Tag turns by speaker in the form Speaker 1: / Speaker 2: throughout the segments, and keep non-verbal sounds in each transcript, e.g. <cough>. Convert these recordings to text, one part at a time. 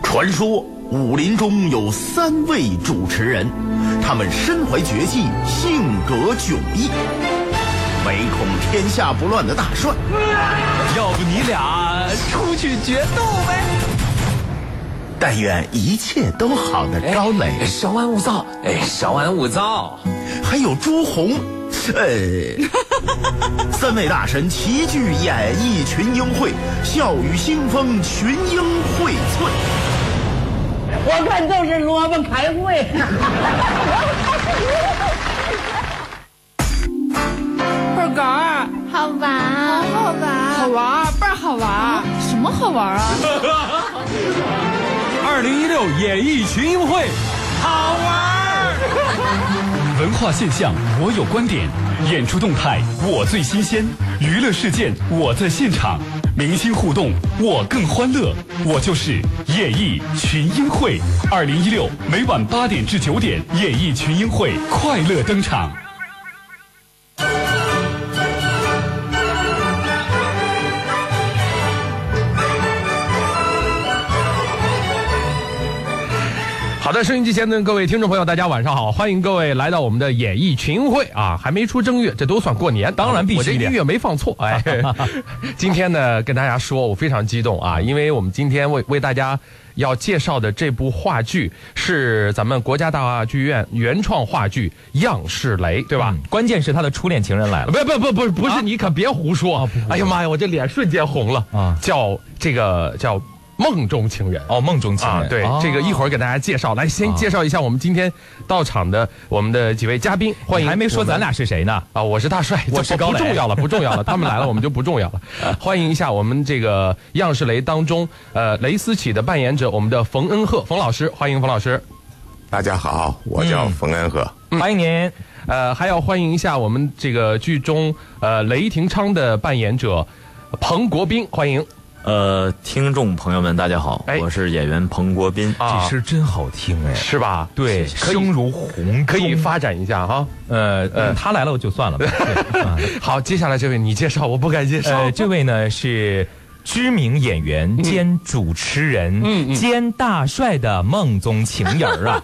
Speaker 1: 传说武林中有三位主持人，他们身怀绝技，性格迥异，唯恐天下不乱的大帅。
Speaker 2: 要不你俩出去决斗呗？
Speaker 1: 但愿一切都好的
Speaker 3: 哎
Speaker 1: 高磊，
Speaker 2: 稍安勿躁，哎，稍安勿躁。
Speaker 3: 哎
Speaker 1: 还有朱红，呃，
Speaker 3: <laughs>
Speaker 1: 三位大神齐聚演艺群英会，笑语腥风，群英荟萃。
Speaker 4: 我看就是萝卜开会。
Speaker 5: 二狗儿，啊
Speaker 6: 好玩，
Speaker 5: 好玩，好玩，倍儿好玩。
Speaker 6: 什么好玩啊？
Speaker 2: 二零一六演艺群英会，好玩儿。文化现象我有观点，演出动态我最新鲜，娱乐事件我在现场，明星互动我更欢乐。我就是演艺群英会，二零一六每晚八点至九点，演艺群英会快乐登场。
Speaker 7: 好的，收音机前的各位听众朋友，大家晚上好，欢迎各位来到我们的演艺群英会啊！还没出正月，这都算过年，
Speaker 2: 当然必须
Speaker 7: 我这
Speaker 2: 的 <laughs>
Speaker 7: 音乐没放错，哎， <laughs> 今天呢跟大家说，我非常激动啊，因为我们今天为为大家要介绍的这部话剧是咱们国家大剧院原创话剧《样式雷》，对吧？
Speaker 2: 关键是他的初恋情人来了，
Speaker 7: 不不不不不是，你可别胡说！
Speaker 2: 啊不胡说
Speaker 7: 哎呀妈呀，我这脸瞬间红了
Speaker 2: 啊
Speaker 7: 叫这个叫梦中情人。
Speaker 2: 哦，梦中情
Speaker 7: 啊，对，这个一会儿给大家介绍。来，先介绍一下我们今天到场的我们的几位嘉宾，欢迎。
Speaker 2: 还没说咱俩是谁呢？
Speaker 7: 啊，我是大帅，
Speaker 2: 我
Speaker 7: 这
Speaker 2: 是
Speaker 7: 不
Speaker 2: 高
Speaker 7: 不
Speaker 2: 磊
Speaker 7: 重要了，不重要了，他们来了我们就不重要了。 <laughs> 欢迎一下我们这个样式雷当中，呃，雷思琪的扮演者，我们的冯恩鹤冯老师，欢迎冯老师。
Speaker 8: 大家好，我叫冯恩和。
Speaker 7: 嗯
Speaker 2: 欢迎您，
Speaker 7: 呃，还要欢迎一下我们这个剧中呃雷霆昌的扮演者彭国斌，欢迎。
Speaker 9: 呃，听众朋友们，大家好，
Speaker 7: 哎
Speaker 9: 我是演员彭国斌。
Speaker 7: 啊，
Speaker 2: 声真好听哎
Speaker 7: 是吧？对，可以
Speaker 2: 如洪
Speaker 7: 可以发展一下哈。
Speaker 2: 呃
Speaker 9: 嗯
Speaker 2: 呃，他来了我就算
Speaker 9: <laughs>
Speaker 2: 了吧。对啊
Speaker 7: <laughs> 好，接下来这位你介绍，我不敢介绍
Speaker 2: 呃，。这位呢是知名演员兼主持
Speaker 7: 嗯
Speaker 2: 人兼大帅的梦中情人儿
Speaker 7: <laughs>
Speaker 2: 啊！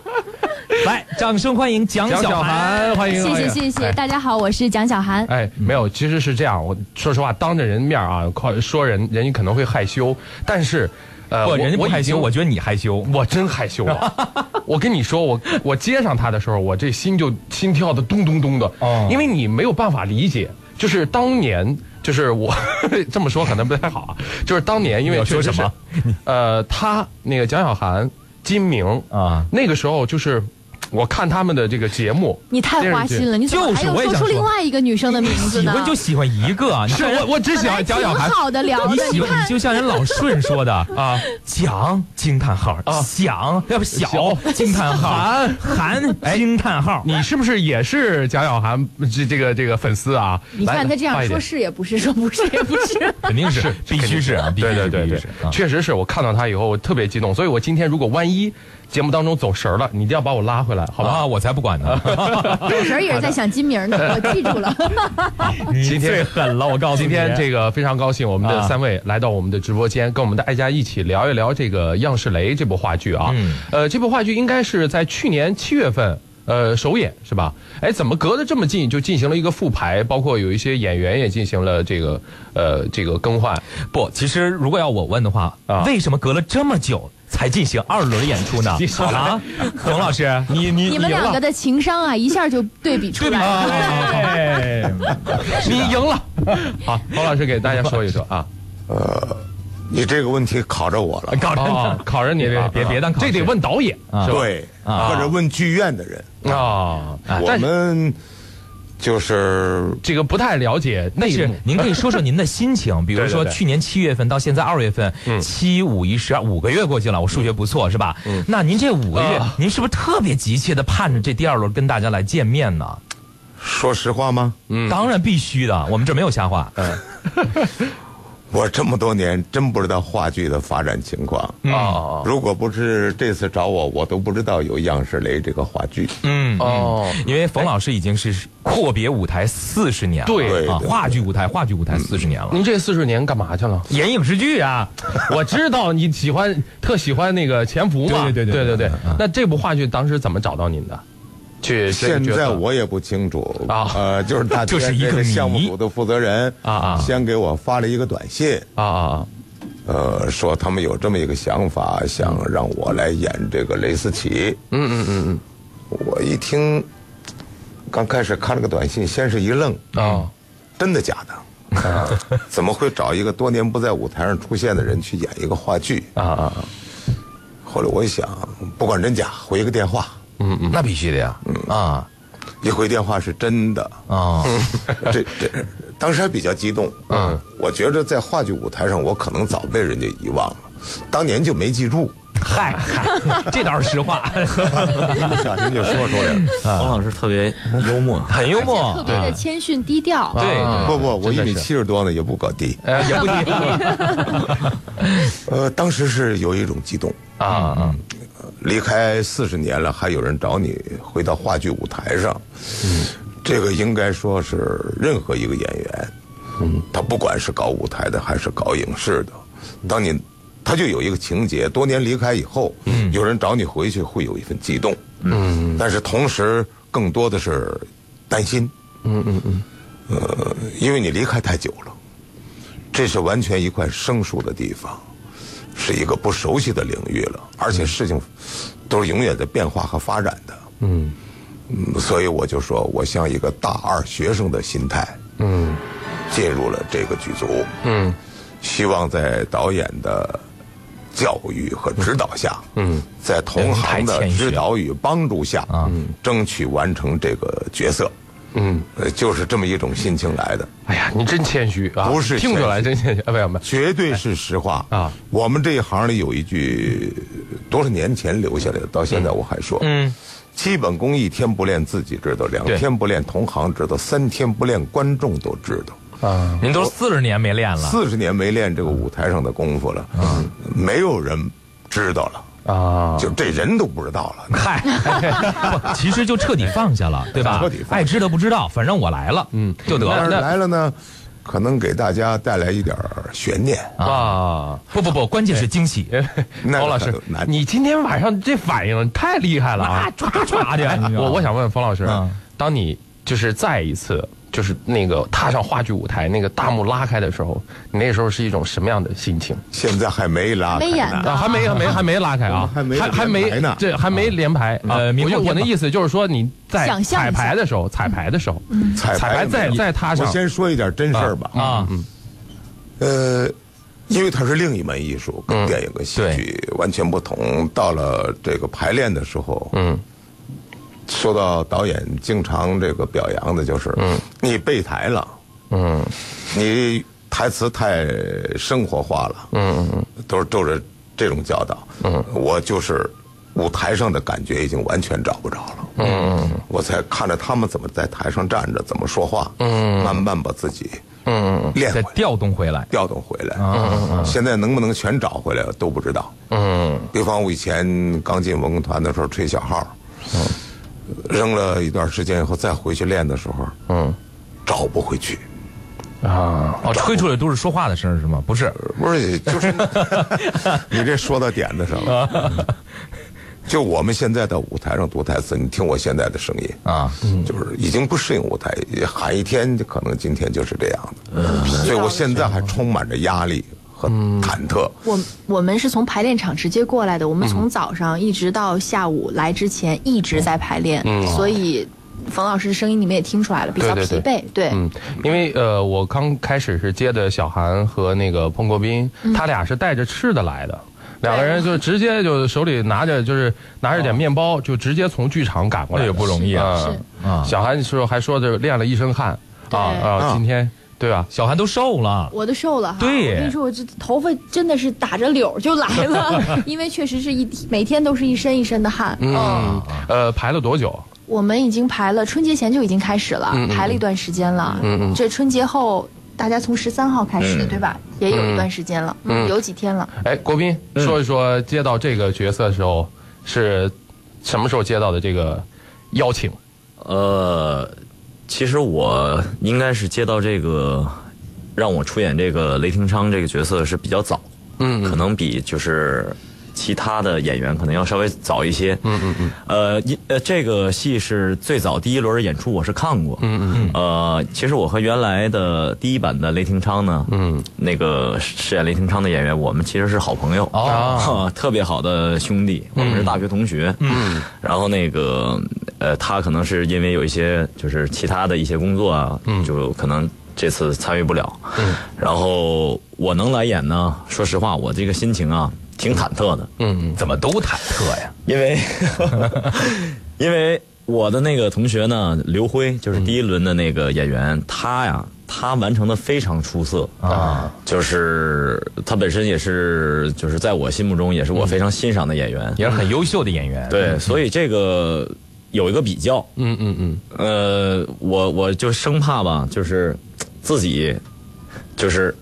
Speaker 2: 来，掌声欢迎蒋
Speaker 7: 蒋
Speaker 2: 小
Speaker 7: 小
Speaker 2: 涵。
Speaker 7: 涵，欢迎，
Speaker 6: 谢
Speaker 7: 欢
Speaker 6: 谢
Speaker 7: 迎
Speaker 6: 谢谢，
Speaker 7: 哎
Speaker 6: 大家好，我是蒋小涵。
Speaker 7: 哎，
Speaker 2: 嗯
Speaker 7: 没有，其实是这样。我说实话，当着人面啊，夸说人，人家可能会害羞。但是，呃，
Speaker 2: 不，
Speaker 7: 我
Speaker 2: 人家不
Speaker 7: 我已
Speaker 2: 害羞，
Speaker 7: 经
Speaker 2: 我觉得你害羞。
Speaker 7: 我真害羞啊！ <laughs> 我跟你说，我我接上他的时候，我这心就心跳的咚咚咚的，
Speaker 2: 哦
Speaker 7: 因为你没有办法理解，就是当年。就是我 <laughs> 这么说可能不太好啊，就是当年因为
Speaker 2: 你要说
Speaker 7: 确实是
Speaker 2: 什么，
Speaker 7: 呃，他那个蒋小涵、金明
Speaker 2: 啊，
Speaker 7: 那个时候就是我看他们的这个节目，
Speaker 6: 你太花心了，你怎么还
Speaker 2: 就是
Speaker 6: 有
Speaker 2: 我也
Speaker 6: 说
Speaker 2: 想
Speaker 6: 出
Speaker 2: 说
Speaker 6: 另外一个女生的名字
Speaker 2: 喜
Speaker 6: 呢？
Speaker 2: 欢就喜欢一个啊！你
Speaker 7: 是
Speaker 2: 看人
Speaker 7: 我我只喜欢蒋小
Speaker 6: 挺
Speaker 7: 涵
Speaker 6: 好的聊的，
Speaker 2: 你喜欢，
Speaker 6: 看
Speaker 2: 你就像人老顺说的
Speaker 7: <laughs> 啊，
Speaker 2: 蒋惊叹号
Speaker 7: 啊
Speaker 2: 想要不小
Speaker 7: 小
Speaker 2: 惊叹号
Speaker 7: 韩
Speaker 2: 韩惊叹号，
Speaker 7: 你是不是也是蒋小涵这这个这个粉丝啊？
Speaker 6: 你
Speaker 7: 来
Speaker 6: 看他这
Speaker 7: 快
Speaker 6: 样
Speaker 7: 一
Speaker 6: 说
Speaker 7: 点
Speaker 6: 是也不是，说不是也不
Speaker 7: <laughs>
Speaker 6: 是。
Speaker 2: 肯定是必须是啊，必须
Speaker 7: 对对
Speaker 2: 是
Speaker 7: 对
Speaker 2: 必须
Speaker 7: 对
Speaker 2: 是，啊。
Speaker 7: 确实是我看到他以后，我特别激动，所以我今天如果万一节目当中走神儿了，你一定要把我拉回来，好吧？
Speaker 2: 啊，我才不管
Speaker 7: <laughs>
Speaker 2: 呢！
Speaker 6: 有时候也是在想金明呢，我记住了。
Speaker 2: 你最狠了，我告诉你。
Speaker 7: 今天这个非常高兴，我们的
Speaker 2: 啊
Speaker 7: 三位来到我们的直播间，跟我们的爱家一起聊一聊这个《样式雷》这部话剧啊。
Speaker 2: 嗯
Speaker 7: 呃，这部话剧应该是在去年七月份。呃，首演是吧？哎，怎么隔得这么近就进行了一个复排？包括有一些演员也进行了这个呃这个更换。
Speaker 2: 不，其实如果要我问的话，
Speaker 7: 啊
Speaker 2: 为什么隔了这么久才进行二轮演出呢
Speaker 7: <laughs> 你？少来
Speaker 2: 啊，冯老师，你你
Speaker 6: 你们两个的情商啊，一下就对比出
Speaker 2: 对
Speaker 6: 来了。
Speaker 7: 哎
Speaker 2: <laughs> 吧？
Speaker 7: 你赢了，好，黄啊老师给大家说一
Speaker 2: <laughs>
Speaker 7: 说啊。
Speaker 8: 你这个问题考着我了，
Speaker 2: 搞成 <laughs>
Speaker 7: 哦，考着你了，
Speaker 2: 别别别当考试
Speaker 7: 这得问导演
Speaker 2: 啊
Speaker 7: 是吧
Speaker 8: 对，或者问剧院的人，
Speaker 7: 啊，
Speaker 8: 我
Speaker 7: 但是
Speaker 8: 们就是
Speaker 7: 这个不太了解内
Speaker 2: 是
Speaker 7: 幕，
Speaker 2: 您可以说说您的心情，比如
Speaker 7: 对对
Speaker 2: 说
Speaker 7: 对嗯
Speaker 2: 去年七月份到现在二月份，七五一十二五个月过去了，我数学不错是吧？那您这五个月
Speaker 7: 嗯啊，
Speaker 2: 您是不是特别急切的盼着这第二轮跟大家来见面呢？
Speaker 8: 说实话吗？
Speaker 2: 嗯
Speaker 7: 嗯
Speaker 2: 当然必须的，我们这没有瞎话。
Speaker 8: 我这么多年真不知道话剧的发展情况。啊
Speaker 7: 哦
Speaker 8: 如果不是这次找我，我都不知道有《样式雷》这个话剧。
Speaker 2: 嗯，
Speaker 7: 哦，
Speaker 2: 因为冯老师已经是阔别舞台四十年了，
Speaker 7: 对嗯
Speaker 8: 对
Speaker 2: 啊，
Speaker 8: 对
Speaker 2: 话剧舞台，话剧舞台四十年了。
Speaker 7: 您这四十年干嘛去了？
Speaker 2: 演影视剧啊，
Speaker 7: 我知道你喜欢，特喜欢那个潜伏嘛。
Speaker 2: 对对对
Speaker 7: 对
Speaker 2: 对
Speaker 7: 对
Speaker 2: 嗯
Speaker 7: 那这部话剧当时怎么找到您的？去这个
Speaker 8: 现
Speaker 7: 角色
Speaker 8: 在我也不清楚
Speaker 7: 啊
Speaker 8: 呃，就是大
Speaker 2: 就
Speaker 8: 天
Speaker 2: 是一个
Speaker 8: 这个
Speaker 2: 谜
Speaker 8: 项目组的负责人
Speaker 7: 啊啊
Speaker 8: 先给我发了一个短信，
Speaker 7: 啊啊啊
Speaker 8: 呃，说他们有这么一个想法，想让我来演这个雷思琪。嗯嗯嗯嗯，我一听，刚开始看了个短信，先是一愣，
Speaker 7: 啊！
Speaker 8: 真的假的？怎么会找一个多年不在舞台上出现的人去演一个话剧？
Speaker 7: 啊啊！
Speaker 8: 后来我一想，不管真假，回个电话。
Speaker 2: 那必须的呀，啊
Speaker 8: 一回电话是真的，
Speaker 2: 啊，
Speaker 8: 这这，当时还比较激动。嗯，我觉着在话剧舞台上，我可能早被人家遗忘了，当年就没记住，
Speaker 2: 嗨 <laughs> 嗨，这倒是实话，
Speaker 8: 一不小心就说出来了。
Speaker 2: 啊
Speaker 3: 冯老师特别幽默，
Speaker 2: 很幽默
Speaker 6: 特，别的谦逊低调。
Speaker 2: 对
Speaker 7: 啊
Speaker 8: 不不，我一
Speaker 7: 真的
Speaker 8: 米
Speaker 7: 是
Speaker 8: 七十多呢，也不高低。
Speaker 7: 哎，也不低
Speaker 8: <laughs> 呃，当时是有一种激动，
Speaker 7: 啊啊！
Speaker 8: 离开四十年了，还有人找你回到话剧舞台上，这个应该说是任何一个演员，他不管是搞舞台的还是搞影视的，当你他就有一个情节，多年离开以后，有人找你回去会有一份激动，嗯，但是同时更多的是担心，嗯嗯嗯，呃，因为你离开太久了，这是完全一块生疏的地方。是一个不熟悉的领域了，而且事情都是永远在变化和发展的。嗯，所以我就说我像一个大二学生的心态，嗯，进入了这个剧组，嗯，希望在导演的教育和指导下，嗯，在同行
Speaker 2: 人才
Speaker 8: 的
Speaker 2: 谦虚
Speaker 8: 指导与帮助下，嗯，争取完成这个角色。嗯，呃，就是这么一种心情来的。
Speaker 7: 哎呀，你真谦虚啊！
Speaker 8: 不是
Speaker 7: 听出来
Speaker 8: 谦
Speaker 7: 真谦虚，啊，没有没有。
Speaker 8: 绝对是实话
Speaker 7: 哎啊！
Speaker 8: 我们这一行里有一句，多少年前留下来的，到现在我还说，嗯，基本功一天不练自己知道，两
Speaker 7: 对
Speaker 8: 天不练同行知道，三天不练观众都知道。
Speaker 2: 您都嗯四十年没练了，
Speaker 8: <laughs> 四十年没练这个舞台上的功夫了，没有人知道了
Speaker 7: 啊，
Speaker 8: 就这人都不知道了。
Speaker 2: 嗨，不，其实就彻底放下了，对吧
Speaker 8: 彻底？放下
Speaker 2: 爱知道不知道，反正我来了，嗯，就得
Speaker 8: 要是
Speaker 2: 了。
Speaker 8: 来了呢，可能给大家带来一点儿悬念。
Speaker 7: 啊！
Speaker 2: 不不不，关键是惊喜，
Speaker 8: 那
Speaker 7: 冯老师
Speaker 8: 很难，
Speaker 7: 你今天晚上这反应太厉害了啊！
Speaker 2: 唰唰的呀，你知道吗
Speaker 7: 我我想问冯老师
Speaker 2: 嗯，
Speaker 7: 当你就是再一次就是那个踏上话剧舞台，那个大幕拉开的时候，你那时候是一种什么样的心情？
Speaker 8: 现在还没拉开
Speaker 6: 没演
Speaker 8: 呢
Speaker 6: 呢
Speaker 7: 啊，还没还没还没拉开
Speaker 8: 我
Speaker 7: 啊
Speaker 8: 们，还没
Speaker 7: 还还
Speaker 8: 连
Speaker 7: 没
Speaker 8: 排呢
Speaker 7: 这还没连排啊。
Speaker 2: 呃明
Speaker 7: 我
Speaker 2: 后
Speaker 7: 就我
Speaker 2: 天
Speaker 7: 的
Speaker 2: 吧
Speaker 7: 意思就是说，你在
Speaker 6: 想象一下
Speaker 7: 彩
Speaker 6: 嗯
Speaker 7: 排的时候，彩排的时候，
Speaker 8: 彩排
Speaker 7: 再
Speaker 8: 没
Speaker 7: 再踏上
Speaker 8: 我先说一点真事儿吧嗯
Speaker 2: 啊，
Speaker 8: 呃，因为它是另一门艺术，跟电影跟戏剧完全不同。到了这个排练的时候，嗯，受到导演经常这个表扬的就是，嗯，你背台了，嗯，你台词太生活化了，嗯嗯嗯，都是都是这种教导，嗯，我就是舞台上的感觉已经完全找不着了，嗯嗯，我才看着他们怎么在台上站着，怎么说话，嗯，慢慢把自己，嗯，练回
Speaker 2: 再
Speaker 8: 来。
Speaker 2: 调动回来，
Speaker 8: 调动回来。现在能不能全找回来都不知道。嗯，比方我以前刚进文工团的时候吹小号，嗯扔了一段时间以后再回去练的时候，嗯，找不回去，
Speaker 2: 哦，吹出来都是说话的声儿是吗？不是，
Speaker 8: 不是就是 <laughs> 你这说到点子上了。就我们现在到舞台上读台词，你听我现在的声音
Speaker 2: 啊，
Speaker 8: 就是已经不适应舞台，喊一天可能今天就是这样的，所以我现在还充满着压力和忐忑。
Speaker 6: 我我们是从排练场直接过来的，
Speaker 7: 嗯
Speaker 6: 我们从早上一直到下午来之前一直在排练，所以冯老师的声音你们也听出来了，比较
Speaker 7: 嗯对
Speaker 6: 疲
Speaker 7: 对
Speaker 6: 惫。
Speaker 7: 对
Speaker 6: 对
Speaker 7: 嗯，因为呃，我刚开始是接的小韩和那个彭国斌，
Speaker 6: 嗯
Speaker 7: 他俩是带着吃的来的。两个人就直接就手里拿着就是拿着点面包，就直接从剧场赶过来
Speaker 2: 那
Speaker 7: 的，
Speaker 2: 也不容易啊
Speaker 7: 嗯
Speaker 2: 是啊
Speaker 7: 小韩说还说这练了一身汗啊
Speaker 6: 对
Speaker 7: 啊，今天对吧？
Speaker 2: 小韩都瘦了，
Speaker 6: 我都瘦了哈，
Speaker 2: 对
Speaker 6: 我跟你说，我这头发真的是打着绺儿就来
Speaker 7: <laughs>
Speaker 6: 了，因为确实是一每天都是一身一身的汗。哦
Speaker 7: 嗯，呃，排了多久？嗯
Speaker 6: 我们已经排了，春节前就已经开始了，排了一段时间了。这春节后大家从十三号开
Speaker 7: 嗯
Speaker 6: 始，对吧？也有一段时间了，嗯有几天 <laughs> 了。
Speaker 7: 哎，国斌说一说接到这个角色的时候是什么时候接到的这个邀 <laughs> 请？
Speaker 3: 呃，其实我应该是接到这个让我出演这个雷霆昌这个角色是比较早，嗯，可能比就是其他的演员可能要稍微早一些，嗯嗯嗯。呃，一呃，这个戏是最早第一轮演出我是看过，嗯嗯。呃，其实我和原来的第一版的雷霆昌呢，嗯，那个饰演雷霆昌的演员，我们其实是好朋友，哦， <laughs> 特别好的兄弟，我们是大学同学，嗯。然后那个呃，他可能是因为有一些就是其他的一些工作啊，就可能这次参与不了。嗯，然后我能来演呢，说实话，我这个心情啊挺忐忑的，
Speaker 7: 嗯，怎么都忐忑呀？
Speaker 3: 因为 <laughs> 因为我的那个同学呢，刘辉就是第一轮的那个演员，他呀。他完成的非常出色啊，就是他本身也是，就是在我心目中也是我非常欣赏的演员，
Speaker 2: 也是很优秀的演员。 <laughs>
Speaker 3: 对，所以这个有一个比较，嗯嗯嗯，呃，我我就生怕吧，就是自己就是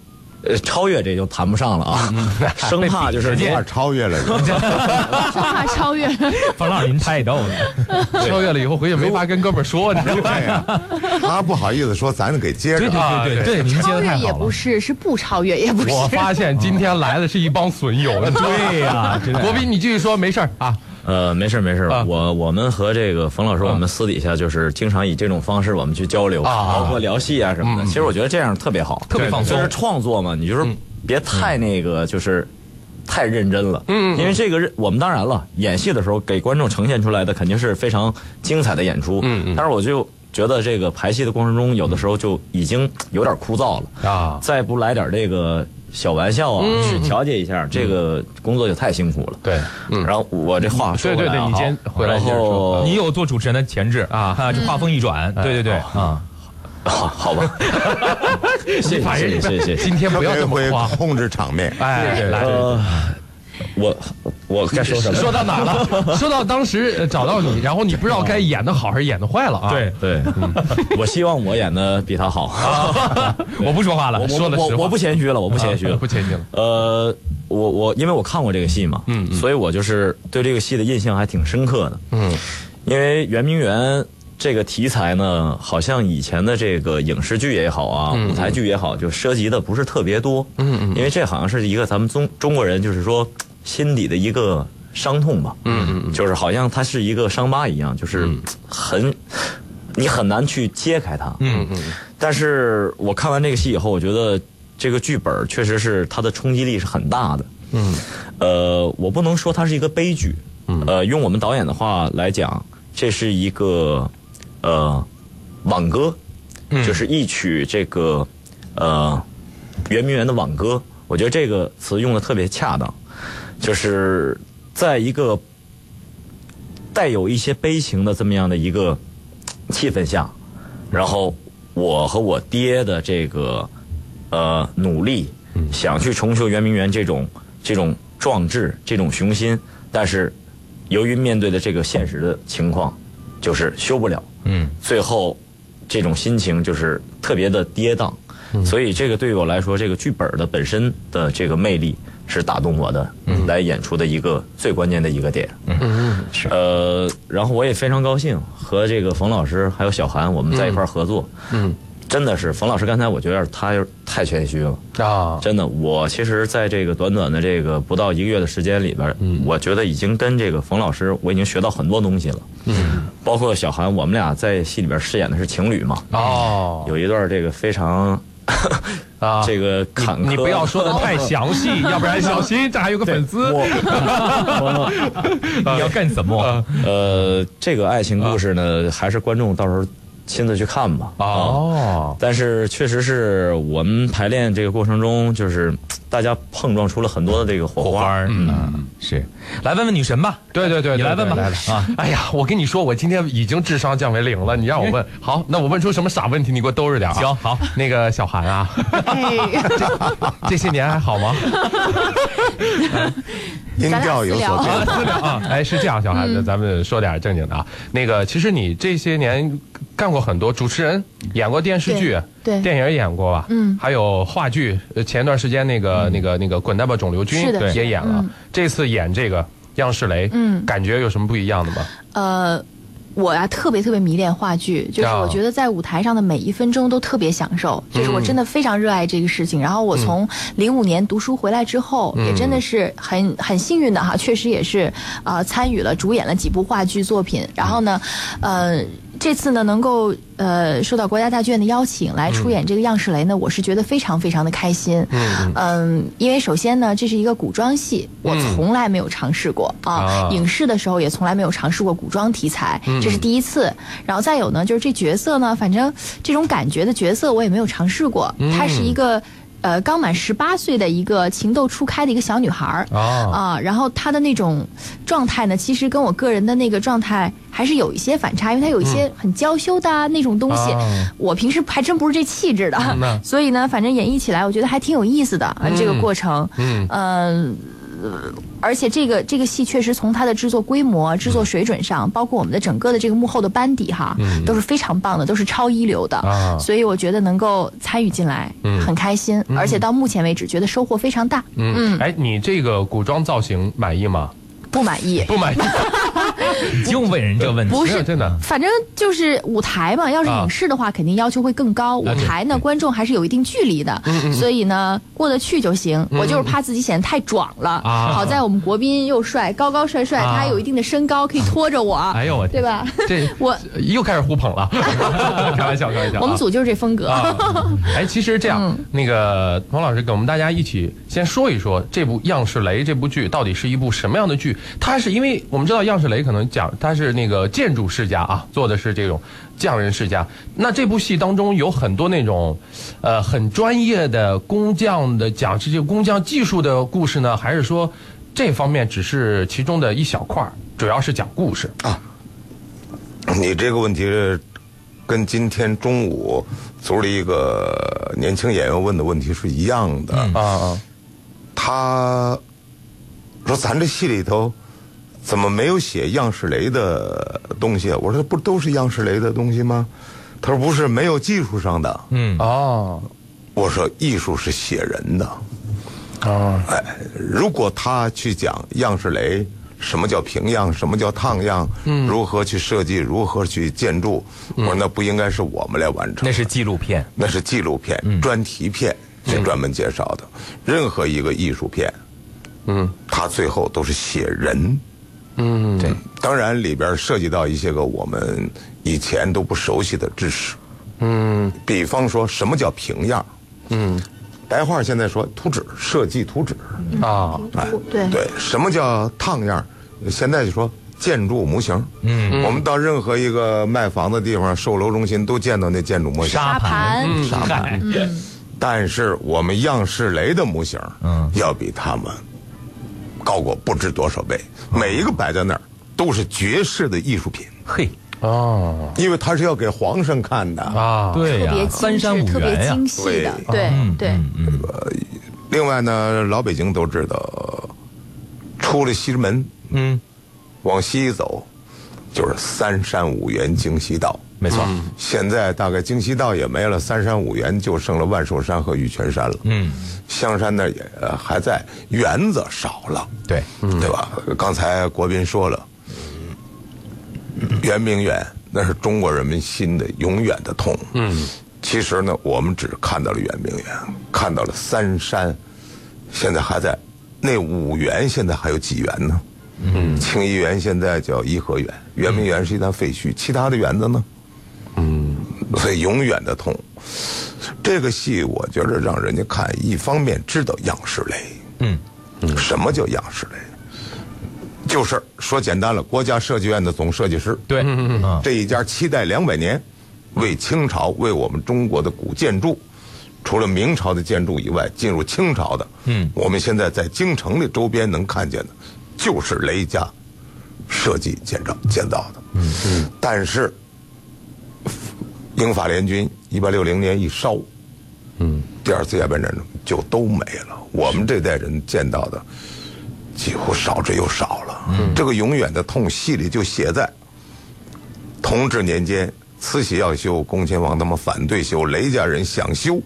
Speaker 3: 呃超越这就谈不上了啊， <laughs> 生怕就是
Speaker 8: 有点超越了你。
Speaker 7: <laughs>
Speaker 6: 生怕超越，
Speaker 2: 冯老师您太逗了，
Speaker 7: 超越了以后回去没法跟哥们儿说， <laughs> 你知道吗？
Speaker 8: 哎呀他不好意思说，咱给接
Speaker 2: 对
Speaker 8: 着。啊
Speaker 2: 对对对对，您接
Speaker 6: 超
Speaker 2: 的
Speaker 6: 越
Speaker 2: 太
Speaker 6: 也
Speaker 2: 好
Speaker 6: 不
Speaker 2: 了。
Speaker 6: 是，是不超越也不是。
Speaker 7: 我发现今天来的是一帮损 <laughs> 友，你知道吗
Speaker 2: 对呀，真的
Speaker 7: 国斌，你继续说，没事儿啊。
Speaker 3: 呃没事儿没事儿，
Speaker 7: 啊
Speaker 3: 我我们和这个冯老师，我们私底下就是经常以这种方式我们去交流，
Speaker 7: 啊嗯
Speaker 3: 包括聊戏啊什么的。其实我觉得这样特别好，
Speaker 7: 特别放松嗯
Speaker 3: 就是创作嘛，你就是别太那个，就是太认真了。嗯，因为这个认我们当然了，演戏的时候给观众呈现出来的肯定是非常精彩的演出。嗯嗯，但是我就觉得这个排戏的过程中，有的时候就已经有点枯燥了
Speaker 7: 啊
Speaker 3: 再不来点这个小玩笑啊，
Speaker 7: 嗯
Speaker 3: 去调节一下，这个工作就太辛苦了。
Speaker 7: 对，
Speaker 3: 然后我这话说
Speaker 7: 对对
Speaker 3: 回来
Speaker 7: 对
Speaker 3: 啊
Speaker 7: 你先回来
Speaker 3: 然
Speaker 7: 接着说嗯
Speaker 3: 后
Speaker 2: 你有做主持人的潜质啊，啊，这话锋一转，对对对啊，
Speaker 3: 好
Speaker 7: <laughs>
Speaker 3: 好吧，谢谢谢谢谢谢谢
Speaker 7: 今天
Speaker 8: 特
Speaker 7: 不要
Speaker 8: 别
Speaker 7: 这么 <laughs>
Speaker 8: 会
Speaker 7: 夸。
Speaker 8: 控制场面，
Speaker 7: 哎，对来，
Speaker 3: 呃，我我该说什么？
Speaker 7: 说到哪了？说到当时呃找到你，然后你不知道该演的好还是演的坏了啊？
Speaker 2: 对，
Speaker 3: 对，嗯
Speaker 7: <laughs>
Speaker 3: 我希望我演的比他好。
Speaker 2: 我不说话了
Speaker 3: 我，
Speaker 2: 说
Speaker 3: 我
Speaker 2: 了
Speaker 3: 我
Speaker 2: 实话，
Speaker 3: 我不谦虚了，我不谦虚了
Speaker 7: 不。谦虚了。
Speaker 3: 呃，我我因为我看过这个戏嘛，嗯，所以我就是对这个戏的印象还挺深刻的。嗯，因为圆明园这个题材呢，好像以前的这个影视剧也好啊，舞台剧也好，就涉及的不是特别多。嗯嗯，因为这好像是一个咱们中中国人就是说心底的一个伤痛吧。嗯嗯，就是好像它是一个伤疤一样，就是很。你很难去揭开它，嗯嗯。但是我看完这个戏以后，我觉得这个剧本确实是它的冲击力是很大的，嗯。呃，我不能说它是一个悲剧，嗯。呃，用我们导演的话来讲，这是一个呃挽歌，就是一曲这个呃圆明园的挽歌，我觉得这个词用的特别恰当，就是在一个带有一些悲情的这么样的一个气氛下，然后我和我爹的这个呃努力，想去重修圆明园这种这种壮志、这种雄心，但是由于面对的这个现实的情况，就是修不了，嗯，最后这种心情就是特别的跌宕。所以，这个对于我来说，这个剧本的本身的这个魅力是打动我的，来演出的一个最关键的一个点。呃，然后我也非常高兴和这个冯老师还有小韩我们在一块儿合作。嗯，真的是冯老师，刚才我觉得他有点太谦虚了。
Speaker 7: 啊，
Speaker 3: 真的，我其实在这个短短的这个不到一个月的时间里边，
Speaker 7: 嗯
Speaker 3: 我觉得已经跟这个冯老师，我已经学到很多东西了。嗯，包括小韩，我们俩在戏里边饰演的是情侣嘛，
Speaker 7: 哦，
Speaker 3: 有一段这个非常
Speaker 7: <laughs> 啊
Speaker 3: <laughs> 这个坎坷。
Speaker 7: 你不要说的太
Speaker 3: <laughs>
Speaker 7: 详细，要不然小心这还有个粉丝。
Speaker 2: 你要干什么？
Speaker 3: 呃，这个爱情故事呢，还是观众到时候亲自去看吧。啊
Speaker 7: 哦，
Speaker 3: 但是确实是我们排练这个过程中，就是大家碰撞出了很多的这个火花。
Speaker 2: 儿，嗯，是，来问问女神吧，
Speaker 7: 对对对，
Speaker 2: 你来
Speaker 7: 对
Speaker 2: 问吧
Speaker 7: 对对啊！哎呀，我跟你说，我今天已经智商降为零了，你让我问，好，那我问出什么傻问题，你给我兜着点啊。
Speaker 2: 行
Speaker 7: <laughs>
Speaker 2: 好，
Speaker 7: 那个小韩 <laughs> 啊，
Speaker 6: 哎
Speaker 7: 这些年还好 <laughs> 吗？
Speaker 8: 音调有
Speaker 7: <laughs>
Speaker 8: 所变化。
Speaker 7: 哎嗯啊，哎，是这样，小孩子，咱们说点正经的啊。那个，其实你这些年干过很多主持人，演过电视剧，
Speaker 6: 对对
Speaker 7: 电影也演过吧，
Speaker 6: 嗯
Speaker 7: 还有话剧，呃前段时间那个、那个那个《滚蛋吧肿瘤君
Speaker 6: 是的》
Speaker 7: 也演了，
Speaker 6: 嗯
Speaker 7: 这次演这个样式雷，
Speaker 6: 嗯
Speaker 7: 感觉有什么不一样的吗？
Speaker 6: 呃，我啊特别特别迷恋话剧，就是
Speaker 7: 啊
Speaker 6: 我觉得在舞台上的每一分钟都特别享受，就是我真的非常热爱这个事情。然后我从零五年读书回来之后，也真的是很很幸运的哈，确实也是呃参与了主演了几部话剧作品。然后呢，呃。这次呢，能够呃受到国家大剧院的邀请来出演这个《样式雷》呢，我是觉得非常非常的开心。嗯因为首先呢，这是一个古装戏，我从来没有尝试过、
Speaker 7: 啊
Speaker 6: 嗯啊，影视的时候也从来没有尝试过古装题材，这是第一次。然后再有呢，就是这角色呢，反正这种感觉的角色我也没有尝试过，她是一个。呃，刚满十八岁的一个情窦初开的一个小女孩儿
Speaker 7: 啊
Speaker 6: 啊、然后她的那种状态呢，其实跟我个人的那个状态还是有一些反差，因为她有一些很娇羞的、啊那种东西、
Speaker 7: 嗯啊嗯
Speaker 6: 我平时还真不是这气质的，
Speaker 7: 呐
Speaker 6: <laughs> 所以呢，反正演绎起来我觉得还挺有意思的、啊这个过程，
Speaker 7: 嗯
Speaker 6: 嗯、而且这个这个戏确实从它的制作规模、制作水准
Speaker 7: 嗯
Speaker 6: 上，包括我们的整个的这个幕后的班底哈，都是非常棒的，都是超一流的。
Speaker 7: 啊
Speaker 6: 所以我觉得能够参与进来，很开心，而且到目前为止觉得收获非常大，
Speaker 7: 嗯，哎，你这个古装造型满意吗？
Speaker 6: 不满意。
Speaker 7: 不满意，
Speaker 2: 就问人这问题。
Speaker 6: 不
Speaker 7: 没有
Speaker 6: 是
Speaker 7: 真的
Speaker 6: 反正就是舞台
Speaker 7: 啊
Speaker 6: 嘛，要是影视的话，肯定要求会更高。舞台
Speaker 7: 嗯
Speaker 6: 呢，观众还是有一定距离的，所以呢，过得去就行。我就是怕自己显得太壮了。
Speaker 7: 嗯啊
Speaker 6: 好在我们国宾又帅，高高帅帅，
Speaker 7: 啊
Speaker 6: 他还有一定的身高，可以拖着我，
Speaker 7: <laughs> 哎呦我
Speaker 6: 对
Speaker 7: 天，
Speaker 6: 吧？
Speaker 7: 这
Speaker 6: 我
Speaker 7: 又开始互
Speaker 6: <laughs>
Speaker 7: 捧了，开玩笑，开玩笑啊。
Speaker 6: 我们组就是这风格。 <laughs>
Speaker 7: 啊，哎，其实这样，那个王老师给我们大家一起先说一说这部《样式雷》这部剧到底是一部什么样的剧？它是因为我们知道《样式雷》可能讲它是那个建筑世家啊，做的是这种匠人世家。那这部戏当中有很多那种，呃，很专业的工匠的讲这些工匠技术的故事呢，还是说这方面只是其中的一小块儿，主要是讲故事？
Speaker 8: <laughs> 你这个问题跟今天中午组里一个年轻演员问的问题是一样的。
Speaker 7: 啊啊，
Speaker 8: 他说：“咱这戏里头怎么没有写样式雷的东西啊？”我说：“不都是样式雷的东西吗？”他说：“不是，没有技术上的。
Speaker 2: 嗯，
Speaker 7: 哦，
Speaker 8: 我说：“艺术是写人的。”
Speaker 7: 啊，
Speaker 8: 如果他去讲样式雷，什么叫平样，什么叫烫样，
Speaker 2: 嗯
Speaker 8: 如何去设计，如何去建筑，我说那不应该是我们来完成，
Speaker 2: 那是纪录片。
Speaker 8: 那是纪录片、专题片，这专门介绍的。任何一个艺术片，嗯，它最后都是写人。嗯，对。当然里边涉及到一些个我们以前都不熟悉的知识。嗯，比方说什么叫平样？嗯，白话现在说图纸设计图纸。
Speaker 7: 啊，
Speaker 6: 对
Speaker 8: 对，什么叫烫样？现在就说建筑模型。嗯，我们到任何一个卖房的地方，售楼中心都见到那建筑模型。
Speaker 2: 沙
Speaker 6: 盘
Speaker 7: 嗯
Speaker 2: 沙盘，
Speaker 8: 但是我们样式雷的模型，嗯，要比他们高过不知多少倍。每一个摆在那儿都是绝世的艺术品，
Speaker 2: 嘿，
Speaker 7: 哦，
Speaker 8: 因为它是要给皇上看的。
Speaker 7: 啊，
Speaker 2: 对
Speaker 6: 特
Speaker 2: 呀
Speaker 6: 别，
Speaker 2: 翻
Speaker 6: 精
Speaker 2: 山
Speaker 6: 致，
Speaker 2: 五
Speaker 6: 特别
Speaker 2: 原呀
Speaker 6: 精，细的，
Speaker 7: 嗯
Speaker 6: 对对，
Speaker 8: 另外呢，老北京都知道，出了西直门，
Speaker 2: 嗯，
Speaker 8: 往西走就是三山五园京西道。
Speaker 2: 没错，
Speaker 8: 现在大概京西道也没了，三山五园就剩了万寿山和玉泉山了。嗯，香山那儿也呃还在，园子少了，
Speaker 2: 对，
Speaker 8: 对吧？刚才国斌说了，圆明园那是中国人民心的永远的痛。嗯，其实呢，我们只看到了圆明园，看到了三山，现在还在，那五园现在还有几园呢？嗯，清漪园现在叫颐和园，圆明园是一滩废墟，其他的园子呢？嗯所以永远的痛。这个戏我觉着让人家看，一方面知道样式雷，
Speaker 2: 嗯，
Speaker 8: 什么叫样式雷？就是说简单了，国家设计院的总设计师，
Speaker 2: 对，嗯，
Speaker 8: 这一家期待两百年，为清朝为我们中国的古建筑，除了明朝的建筑以外，进入清朝的，嗯，我们现在在京城的周边能看见的，就是雷家设计建造建造的，嗯嗯，但是英法联军一八六零年一烧，嗯，第二次鸦片战争就都没了，我们这代人见到的。几乎少之又少了，这个永远的痛戏里就写在同治年间，慈禧要修，恭亲王他们反对修，雷家人想修，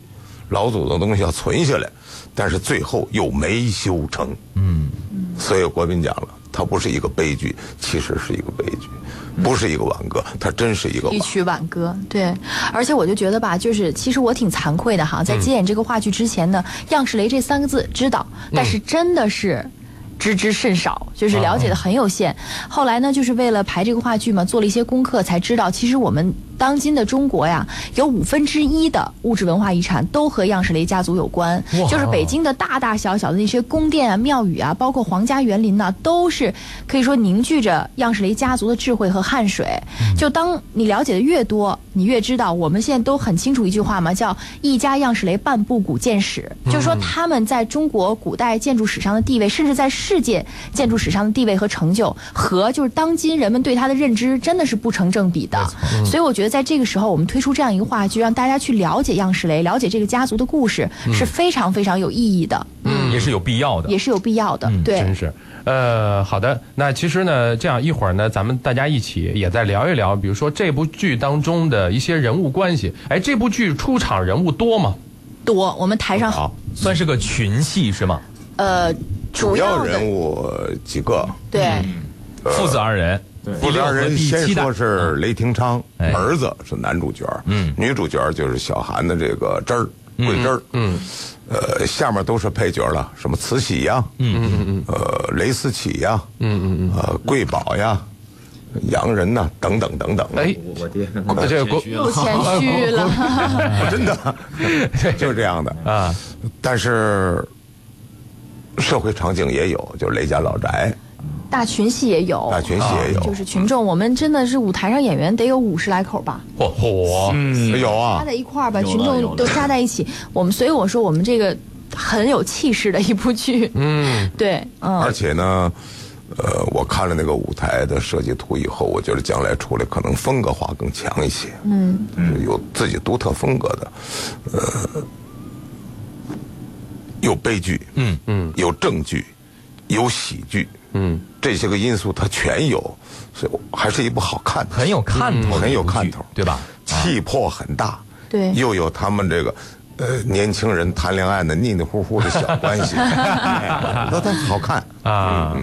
Speaker 8: 老祖宗东西要存下来，但是最后又没修成。嗯，所以国斌讲了，它不是一个悲剧，其实是一个悲剧，不是一个挽歌，它真是一个挽
Speaker 6: 一
Speaker 8: 歌。
Speaker 6: 曲挽歌，对，而且我就觉得吧，就是其实我挺惭愧的哈，在接演这个话剧之前呢，样式雷这三个字知道，但是真的是。知之甚少，就是了解的很有限。后来呢，就是为了排这个话剧嘛，做了一些功课，才知道其实我们当今的中国呀，有五分之一的物质文化遗产都和样式雷家族有关。就是北京的大大小小的那些宫殿啊、庙宇啊，包括皇家园林呐、都是可以说凝聚着样式雷家族的智慧和汗水。就当你了解的越多，你越知道，我们现在都很清楚一句话嘛，叫“一家样式雷，半部古建史”，
Speaker 8: 嗯
Speaker 6: 就是说他们在中国古代建筑史上的地位，甚至在世界建筑史上的地位和成就，和就是当今人们对它的认知，真的是不成正比的。
Speaker 8: 嗯
Speaker 6: 所以我觉得在这个时候，我们推出这样一个话剧，让大家去了解样式雷，了解这个家族的故事，是非常非常有意义的，
Speaker 7: 嗯，也是有必要的，
Speaker 6: 也是有必要的。
Speaker 8: 嗯
Speaker 6: 对，
Speaker 7: 真是，呃，好的，那其实呢，这样一会儿呢，咱们大家一起也再聊一聊，比如说这部剧当中的一些人物关系。哎，这部剧出场人物多吗？
Speaker 6: 多我们台上
Speaker 2: 算是个群戏是吗？
Speaker 6: 呃主
Speaker 8: 主要
Speaker 6: 的
Speaker 8: 人物嗯几个，
Speaker 6: 对。
Speaker 2: 父子二人，
Speaker 8: 不
Speaker 2: 第六
Speaker 8: 良
Speaker 2: 和
Speaker 8: 人
Speaker 2: 第
Speaker 8: 先
Speaker 2: 七代
Speaker 8: 说，是雷霆昌，
Speaker 2: 哎
Speaker 8: 儿子是男主角，嗯，女主角就是小韩的这个枝儿。桂枝儿，嗯，呃，下面都是配角了，什么慈禧呀，嗯嗯嗯，呃，雷思琪呀，嗯嗯嗯，呃，桂宝呀，洋人呐，等等等等，
Speaker 7: 哎，
Speaker 3: 我爹
Speaker 7: 国这国
Speaker 6: 又谦虚
Speaker 8: <laughs>
Speaker 6: 了，
Speaker 8: 啊真 <laughs> 的，就是这样的啊。但是社会场景也有，就是雷家老宅，
Speaker 6: 大群戏也有，
Speaker 8: 大群戏也有，
Speaker 6: 就是群众，我们真的是舞台上演员得有五十来口吧，
Speaker 7: 火火，
Speaker 8: 有啊
Speaker 6: 加，在一块儿吧，
Speaker 3: 有的
Speaker 6: 群
Speaker 3: 有
Speaker 6: 众
Speaker 3: 的
Speaker 6: 都加在一起。我们所以我说我们这个很有气势的一部剧，嗯， <laughs> 对，
Speaker 8: 而
Speaker 6: 嗯，
Speaker 8: 且呢，呃，我看了那个舞台的设计图以后，我觉得将来出来可能风格化更强一些，嗯，是有自己独特风格的，呃，有悲剧，嗯嗯，有正剧，有喜剧，嗯，这些个因素它全有，所以我还是一部好看的，
Speaker 2: 很有看头的一部剧，
Speaker 7: 嗯
Speaker 8: 嗯很有看头，
Speaker 2: 对吧？
Speaker 8: 气魄很大，
Speaker 6: 对
Speaker 8: 又有他们这个。呃，年轻人谈恋爱呢，腻腻乎乎的小关
Speaker 2: <laughs>
Speaker 8: 系，哎那它好看。
Speaker 7: 啊，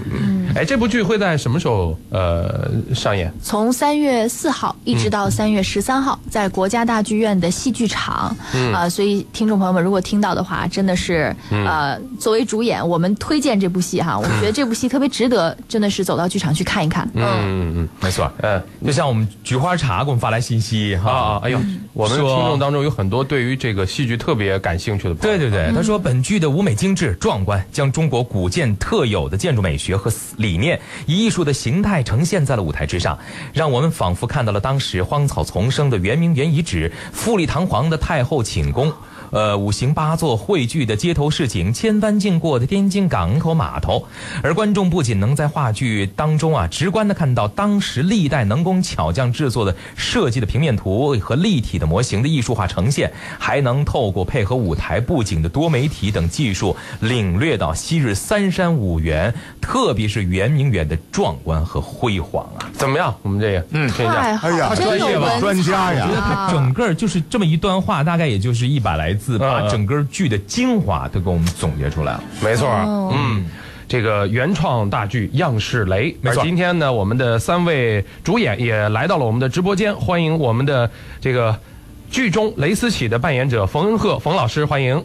Speaker 7: 哎，这部剧会在什么时候呃上演？
Speaker 6: 从三月四号一直到三月十三号，在国家大剧院的戏剧场，啊，所以听众朋友们如果听到的话，真的是呃，作为主演，我们推荐这部戏哈，我觉得这部戏特别值得，真的是走到剧场去看一看，嗯。
Speaker 2: 没错，
Speaker 7: 嗯，
Speaker 2: 就像我们菊花茶给我们发来信息
Speaker 7: 啊
Speaker 2: 哈。嗯
Speaker 7: 啊，哎呦，我们
Speaker 2: 说
Speaker 7: 听众当中有很多对于这个戏剧特别感兴趣的朋友，
Speaker 2: 对对对，他说本剧的舞美精致壮观，将中国古建特有的建筑美学和理念以艺术的形态呈现在了舞台之上，让我们仿佛看到了当时荒草丛生的圆明园遗址、富丽堂皇的太后寝宫。呃，五行八座汇聚的街头市井，千帆经过的天津港口码头，而观众不仅能在话剧当中啊，直观的看到当时历代能工巧匠制作的设计的平面图和立体的模型的艺术化呈现，还能透过配合舞台布景的多媒体等技术，领略到昔日三山五园，特别是圆明园的壮观和辉煌 <laughs> 啊！
Speaker 7: 怎么样？我们这个嗯，评价
Speaker 6: 太好，
Speaker 2: 哎
Speaker 6: 了，真有文采啊
Speaker 8: 家
Speaker 2: 我觉得他整个就是这么一段话，大概也就是一百来字，
Speaker 7: 嗯
Speaker 2: 把整个剧的精华都给我们总结出来了。
Speaker 7: 没错儿，
Speaker 2: 哦
Speaker 7: 嗯。这个原创大剧《样式雷》，
Speaker 2: 没错
Speaker 7: 而今天呢，我们的三位主演也来到了我们的直播间，欢迎我们的这个剧中雷思琪的扮演者冯恩鹤冯老师，欢迎。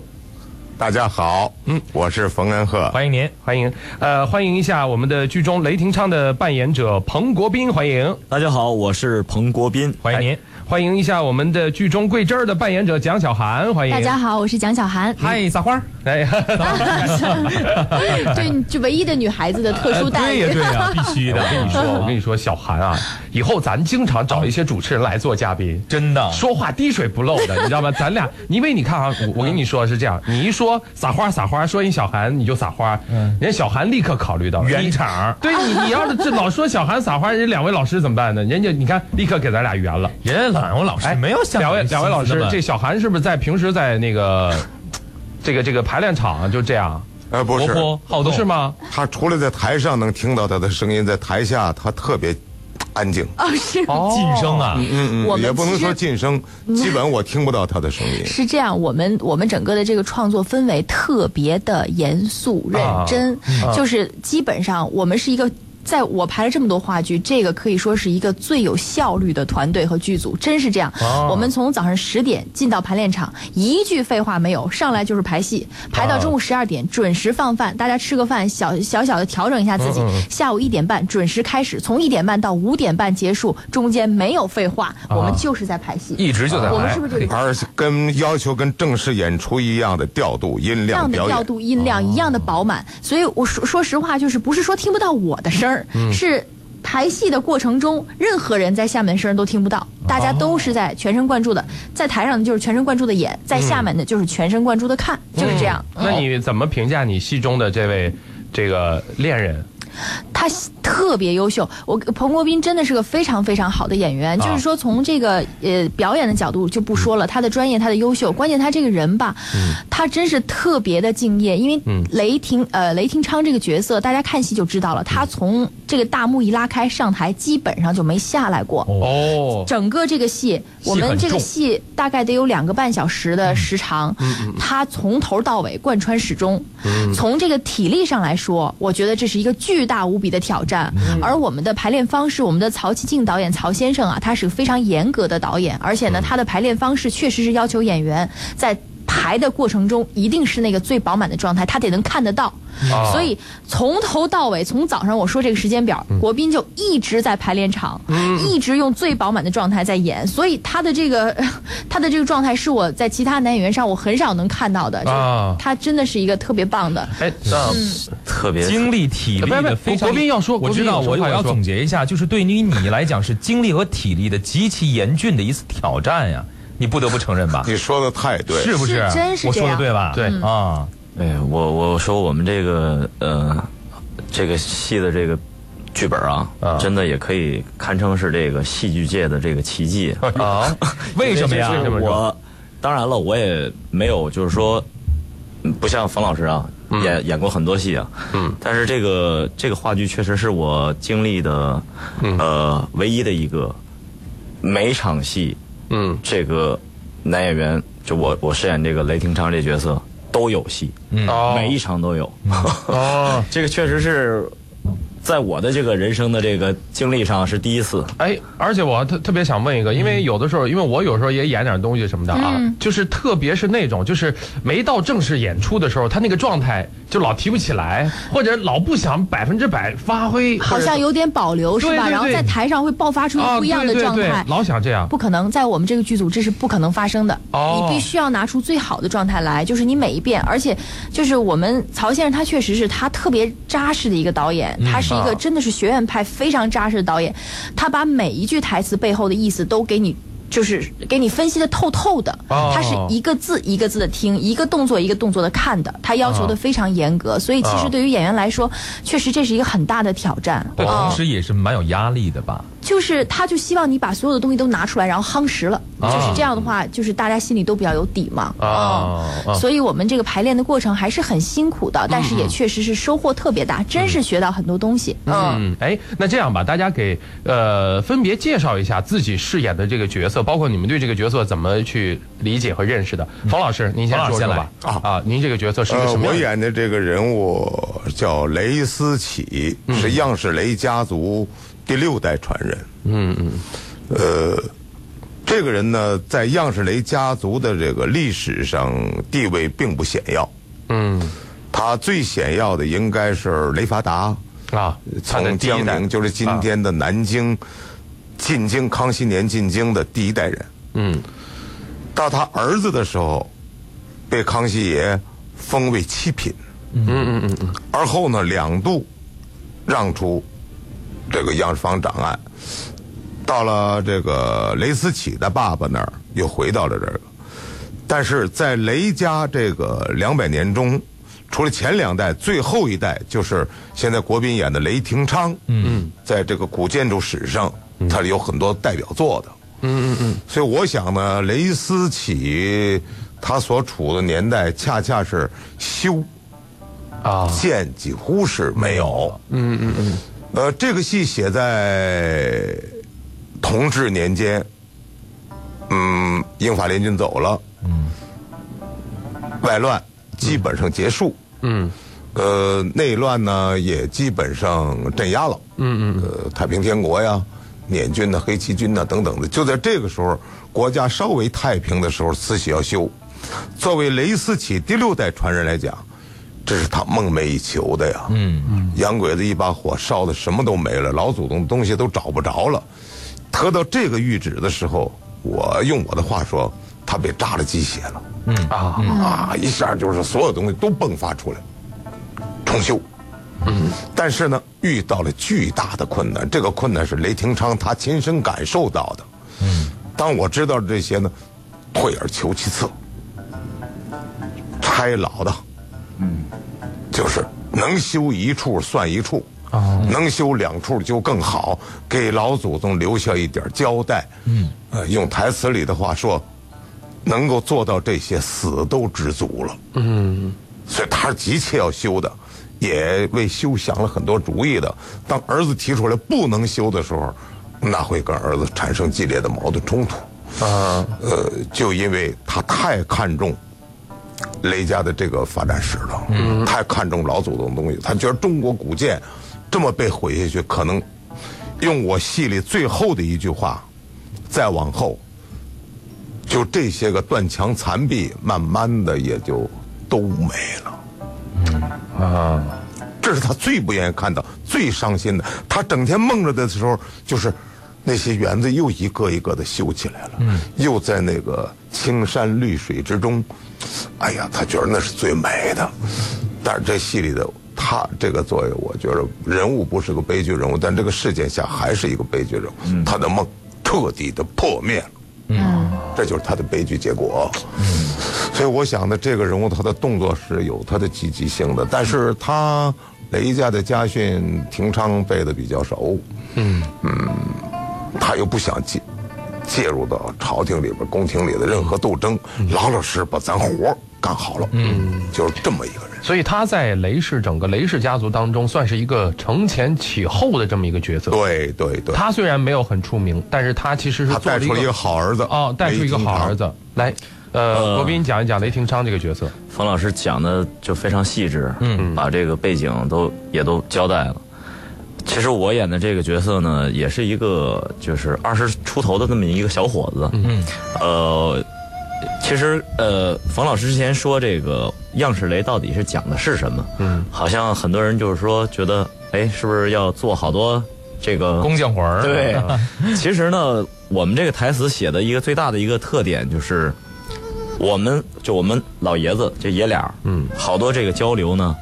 Speaker 8: 大家好，嗯，我是冯恩鹤，
Speaker 2: 欢迎您。
Speaker 7: 欢迎，呃，欢迎一下我们的剧中雷霆昌的扮演者彭国斌，欢迎，
Speaker 3: 大家好，我是彭国斌，
Speaker 2: 欢迎您
Speaker 7: 哎，欢迎一下我们的剧中桂枝儿的扮演者蒋小涵，欢迎。
Speaker 6: 大家好，我是蒋小涵。 <laughs>
Speaker 2: 嗨，撒花儿。
Speaker 7: 哎，
Speaker 6: 对，就唯一的女孩子的特殊待
Speaker 2: 对呀
Speaker 6: 遇。
Speaker 2: 哎对呀，必须
Speaker 7: 我
Speaker 2: 的，
Speaker 7: 跟你说，我跟你说，小韩啊，以后咱经常找一些主持人来做嘉宾，
Speaker 2: <laughs> 真的
Speaker 7: 说话滴水不漏
Speaker 2: <laughs>
Speaker 7: 的，你知道吗？咱俩，因为你看啊，我我跟你说是这样，
Speaker 2: 嗯
Speaker 7: 你一说撒花撒花，说人小韩你就撒花，人家小韩立刻考虑到
Speaker 2: 嗯
Speaker 7: 了
Speaker 2: 圆。
Speaker 7: 你
Speaker 2: 场。
Speaker 7: 对你，你要是这老说小韩撒花，人家两位老师怎么办呢？人家你看，立刻给咱俩圆了。哎
Speaker 2: 人家朗荣老师没有想
Speaker 7: 两位两位老师，这小韩是不是在平时在
Speaker 2: <laughs>
Speaker 7: 那个这个这个排练场就这样？
Speaker 8: 呃，不
Speaker 2: 活
Speaker 8: 是，
Speaker 2: 泼好
Speaker 7: 不
Speaker 2: 动
Speaker 7: 是？吗？
Speaker 8: 他除了在台上能听到他的声音，在台下他特别安静，
Speaker 6: <laughs> 哦，是
Speaker 2: 晋升
Speaker 7: 哦
Speaker 2: 啊，
Speaker 8: 嗯
Speaker 6: 我
Speaker 8: 嗯，
Speaker 6: 们
Speaker 8: 也不能
Speaker 6: 其实嗯
Speaker 8: 说晋升，基本我听不到他的声音。
Speaker 2: <laughs>
Speaker 6: 是这样，我们我们整个的这个创作氛围特别的严肃认真，就是基本上我们是一个。在我排了这么多话剧，这个可以说是一个最有效率的团队和剧组，真是这样。我们从早上十点进到排练场，一句废话没有，上来就是排戏，排到中午十二点，准时放饭，大家吃个饭，小小小的调整一下自己。下午一点半准时开始，从一点半到五点半结束，中间没有废话，我们就是在排戏。
Speaker 2: 一直就在
Speaker 7: 哎
Speaker 6: 我们
Speaker 2: 排
Speaker 6: 是不是这个？
Speaker 8: 而跟要求跟正式演出一样的调度、音
Speaker 6: 一样
Speaker 8: 量、
Speaker 6: 的
Speaker 8: 表
Speaker 6: 调
Speaker 8: 演。哦
Speaker 6: 度、音量一样的饱满，所以我说说实话，就是不是说听不到我的声儿，
Speaker 8: 嗯
Speaker 6: 是排戏的过程中，任何人在下面的声儿都听不到，
Speaker 8: 哦
Speaker 6: 大家都是在全神贯注的，在台上的就是全神贯注的演，
Speaker 8: 嗯
Speaker 6: 在下面的就是全神贯注的看，就是这样。
Speaker 7: 那你怎么评价你戏中的这位这个恋人？
Speaker 6: 他特别优秀，我彭国斌真的是个非常非常好的演员。就是说，从这个呃表演的角度就不说了，他的专业，他的优秀，关键他这个人吧，他真是特别的敬业。因为雷霆呃雷霆昌这个角色，大家看戏就知道了，他从这个大幕一拉开上台，基本上就没下来过。
Speaker 7: 哦，
Speaker 6: 整个这个戏，我们这个戏大概得有两个半小时的时长，它从头到尾贯穿始终。从这个体力上来说，我觉得这是一个巨大无比的挑战。而我们的排练方式，我们的曹奇静导演曹先生啊，他是个非常严格的导演，而且呢，他的排练方式确实是要求演员在。排的过程中，一定是那个最饱满的状态，他得能看得到。所以从头到尾，从早上我说这个时间表，
Speaker 7: 嗯
Speaker 6: 国斌就一直在排练场，一直用最饱满的状态在演。所以他的这个 <laughs> 他的这个状态是我在其他男演员上我很少能看到的。
Speaker 7: 啊
Speaker 6: 他真的是一个特别棒的。
Speaker 7: 哎，那
Speaker 2: 嗯
Speaker 3: 特别
Speaker 2: 精力、体力
Speaker 7: 不
Speaker 2: 的
Speaker 7: 不
Speaker 2: 非常。
Speaker 7: 国斌要说
Speaker 2: 我
Speaker 7: 国
Speaker 2: 知
Speaker 7: 斌
Speaker 2: 道，
Speaker 7: 有什
Speaker 2: 我
Speaker 7: 么话
Speaker 2: 我
Speaker 7: 要
Speaker 2: 要
Speaker 7: 说
Speaker 2: 总结一下，就是对于你来讲是精力和体力的极其严峻的一次挑战呀，你不得不承认吧？
Speaker 8: 你说的太对，
Speaker 2: 是不是？
Speaker 6: 是真是
Speaker 2: 我说
Speaker 6: 这
Speaker 2: 的
Speaker 6: 样嗯
Speaker 2: 对吧？
Speaker 7: 对
Speaker 2: 啊，
Speaker 3: 哎，我我说我们这个呃，这个戏的这个剧本啊，
Speaker 7: 啊
Speaker 3: 真的也可以堪称是这个戏剧界的这个奇迹。
Speaker 7: <laughs>
Speaker 2: 啊， <laughs> 为什么呀？
Speaker 7: 为什么说
Speaker 3: 我当然了，我也没有就是说，嗯不像冯老师啊，
Speaker 7: 嗯
Speaker 3: 演演过很多戏啊。嗯。但是这个这个话剧确实是我经历的，
Speaker 7: 嗯
Speaker 3: 呃，唯一的一个每场戏，
Speaker 7: 嗯，
Speaker 3: 这个男演员就我我饰演这个雷霆昌这角色都有戏，
Speaker 2: 嗯
Speaker 7: 哦
Speaker 3: 每一场都
Speaker 7: <laughs>
Speaker 3: 有。
Speaker 7: 哦，
Speaker 3: 这个确实是在我的这个人生的这个经历上是第一次。
Speaker 7: 哎，而且我还特特别想问一个，
Speaker 2: 嗯
Speaker 7: 因为有的时候，因为我有时候也演点东西什么的啊，
Speaker 6: 嗯
Speaker 7: 就是特别是那种，就是没到正式演出的时候，他那个状态就老提不起来，或者老不想百分之百发挥，
Speaker 6: 好像有点保留是
Speaker 7: 对对
Speaker 6: 吧？
Speaker 7: 对
Speaker 6: 然后在台上会爆发出
Speaker 7: 啊
Speaker 6: 不一样的状
Speaker 7: 对对
Speaker 6: 态
Speaker 7: 对，老想这样。
Speaker 6: 不可能，在我们这个剧组这是不可能发生的。
Speaker 7: 啊哦
Speaker 6: 你必须要拿出最好的状态来，就是你每一遍，而且就是我们曹先生他确实是他特别扎实的一个导演，
Speaker 7: 嗯
Speaker 6: 他是一个真的是学院派非常扎实的导演，他把每一句台词背后的意思都给你。就是给你分析的透透的，
Speaker 7: 哦
Speaker 6: 他是一个字一个字的听，一个动作一个动作的看的，他要
Speaker 7: 嗯
Speaker 6: 求的非常严格，所以其实
Speaker 7: 哦
Speaker 6: 对于演员来说，确实这是一个很大的挑战。
Speaker 2: 对，
Speaker 6: 嗯
Speaker 2: 同时也是蛮有压力的吧？
Speaker 6: 就是他就希望你把所有的东西都拿出来，然后夯实了。
Speaker 7: 啊
Speaker 6: 就是这样的话，就是大家心里都比较有底嘛。
Speaker 7: 啊嗯
Speaker 6: 嗯
Speaker 7: 啊
Speaker 6: 所以我们这个排练的过程还是很辛苦的，但是也确实是收获特别大，真是学到很多东西。嗯。
Speaker 7: 嗯，哎，那这样吧，大家给呃分别介绍一下自己饰演的这个角色，包括你们对这个角色怎么去理解和认识的。冯老师，您
Speaker 2: 嗯
Speaker 7: 先
Speaker 2: 冯老师
Speaker 7: 说说
Speaker 2: 先
Speaker 7: 吧。啊，您这个角色是一个
Speaker 8: 呃，
Speaker 7: 什么样
Speaker 8: 我
Speaker 7: 的？
Speaker 8: 演的这个人物叫雷思启，
Speaker 7: 嗯
Speaker 8: 是样式雷家族第六代传人。嗯嗯，呃，这个人呢，在样式雷家族的这个历史上地位并不显要。
Speaker 7: 嗯
Speaker 8: 他最显要的应该是雷法达，
Speaker 7: 啊，他的
Speaker 8: 从
Speaker 7: 第一
Speaker 8: 江
Speaker 7: 代
Speaker 8: 宁，就是今
Speaker 7: 啊
Speaker 8: 天的南京，进京康熙年进京的第一代人。
Speaker 7: 嗯，
Speaker 8: 到他儿子的时候，被康熙爷封为七品。嗯嗯嗯嗯。而后呢，两度让出这个央视防长案，到了这个雷思启的爸爸那儿，又回到了这个。但是在雷家这个两百年中，除了前两代，最后一代就是现在国宾演的雷霆昌。嗯，在这个古建筑史上，他有很多代表作的。嗯嗯嗯。所以我想呢，雷思启他所处的年代，恰恰是修
Speaker 7: 啊
Speaker 8: 啊建几乎是没有。嗯嗯嗯。呃，这个戏写在同治年间，嗯，英法联军走了，外乱基本上结束，嗯，呃，内乱呢也基本上镇压了，嗯嗯，呃，太平天国呀、捻军呐、黑旗军呐等等的，就在这个时候，国家稍微太平的时候，慈禧要修。作为雷思启第六代传人来讲，这是他梦寐以求的呀，嗯嗯，洋鬼子一把火烧的什么都没了，老祖宗的东西都找不着了，得到这个谕旨的时候，我用我的话说，他被扎了鸡血了。
Speaker 7: 啊，
Speaker 8: 啊，一下就是所有东西都迸发出来，重修。嗯，但是呢，遇到了巨大的困难，这个困难是雷霆昌他亲身感受到的。嗯，当我知道这些呢，退而求其次，拆老的，嗯，就是能修一处算一处，能修两处就更好，给老祖宗留下一点交代。嗯，呃，用台词里的话说，能够做到这些，死都知足了。嗯，所以他是急切要修的，也为修想了很多主意的。当儿子提出来不能修的时候，那会跟儿子产生激烈的矛盾冲突。啊，呃，就因为他太看重雷家的这个发展史了，嗯，太看重老祖宗的东西，他觉得中国古建这么被毁下去，可能用我戏里最后的一句话，再往后，就这些个断墙残壁，慢慢的也就都没了。这是他最不愿意看到、最伤心的。他整天梦着的时候，就是那些园子又一个一个的修起来了，又在那个青山绿水之中，哎呀，他觉得那是最美的。但是这戏里的他这个作为，我觉得人物不是个悲剧人物，但这个事件下还是一个悲剧人物。他的梦彻底的破灭了。
Speaker 7: 嗯
Speaker 8: 这就是他的悲剧结果。所以我想呢，这个人物他的动作是有他的积极性的，但是他雷家的家训廷昌背的比较熟，嗯他又不想介介入到朝廷里边、宫廷里的任何斗争，
Speaker 7: 嗯
Speaker 8: 老老实实把咱活儿干好了，嗯，就是这么一个人。
Speaker 7: 所以他在雷氏整个雷氏家族当中算是一个承前启后的这么一个角色。
Speaker 8: 对对对，
Speaker 7: 他虽然没有很出名，但是他其实是
Speaker 8: 他
Speaker 7: 做
Speaker 8: 带出了一个好儿子
Speaker 7: 哦，带出一个好儿。子来。呃，
Speaker 3: 呃
Speaker 7: 我给你讲一讲雷霆昌这个角色。
Speaker 3: 冯老师讲的就非常细致，嗯，把这个背景都也都交代了。其实我演的这个角色呢，也是一个就是二十出头的那么一个小伙子，嗯，呃，其实呃，冯老师之前说这个样式雷到底是讲的是什么？嗯，好像很多人就是说觉得，哎，是不是要做好多这个
Speaker 2: 工匠活儿，
Speaker 3: 对， <laughs> 其实呢，我们这个台词写的一个最大的一个特点就是，我们就我们老爷子这爷俩儿，嗯，好多这个交流呢，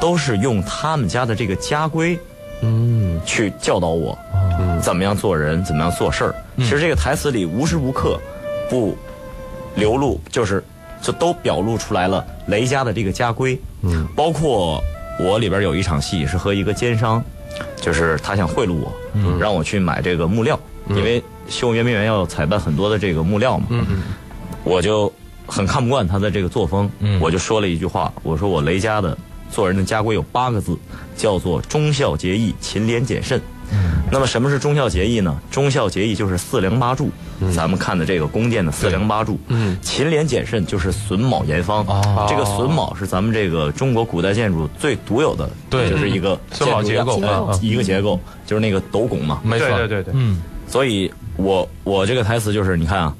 Speaker 3: 都是用他们家的这个家规，嗯，哦去教导我，怎么样做人，怎么样做事儿。其实这个台词里无时无刻不流露，就是就都表露出来了雷家的这个家规，嗯，包括我里边有一场戏是和一个奸商，就是他想贿赂我，嗯，让我去买这个木料，因为修圆明园要采办很多的这个木料嘛，嗯嗯，我就很看不惯他的这个作风，嗯，我就说了一句话，我说我雷家的做人的家规有八个字，叫做忠孝节义、勤廉俭慎。
Speaker 7: 嗯
Speaker 3: 那么什么是忠孝节义呢？忠孝节义就是四梁八柱，
Speaker 7: 嗯
Speaker 3: 咱们看的这个宫殿的四梁八柱。嗯，勤廉俭慎就是榫卯严方。
Speaker 2: 哦
Speaker 3: 这个榫卯是咱们这个中国古代建筑最独有的，
Speaker 7: 对
Speaker 3: 就是一个
Speaker 7: 榫卯结构
Speaker 3: 建筑的
Speaker 7: 嗯嗯
Speaker 3: 一个结构，就是那个斗拱嘛。
Speaker 2: 没错，
Speaker 7: 对对对对，
Speaker 2: 嗯，
Speaker 3: 所以我我这个台词就是，你看啊，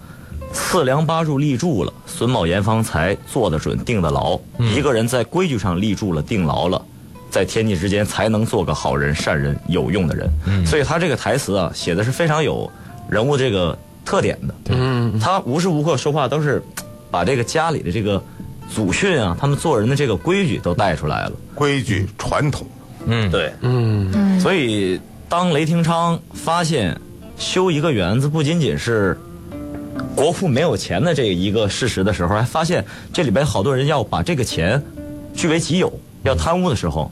Speaker 3: 四梁八柱立住了，榫卯严方才坐得准，定得牢。一个人在规矩上立住了，定牢了，在天地之间才能做个好人、善人、有用的人。所以他这个台词啊，写的是非常有人物这个特点的。嗯，他无时无刻说话都是把这个家里的这个祖训啊，他们做人的这个规矩都带出来了。
Speaker 8: 规矩传统，
Speaker 3: 对，嗯，所以当雷霆昌发现修一个园子不仅仅是国库没有钱的这一个事实的时候，还发现这里边好多人要把这个钱据为己有，要贪污的时候，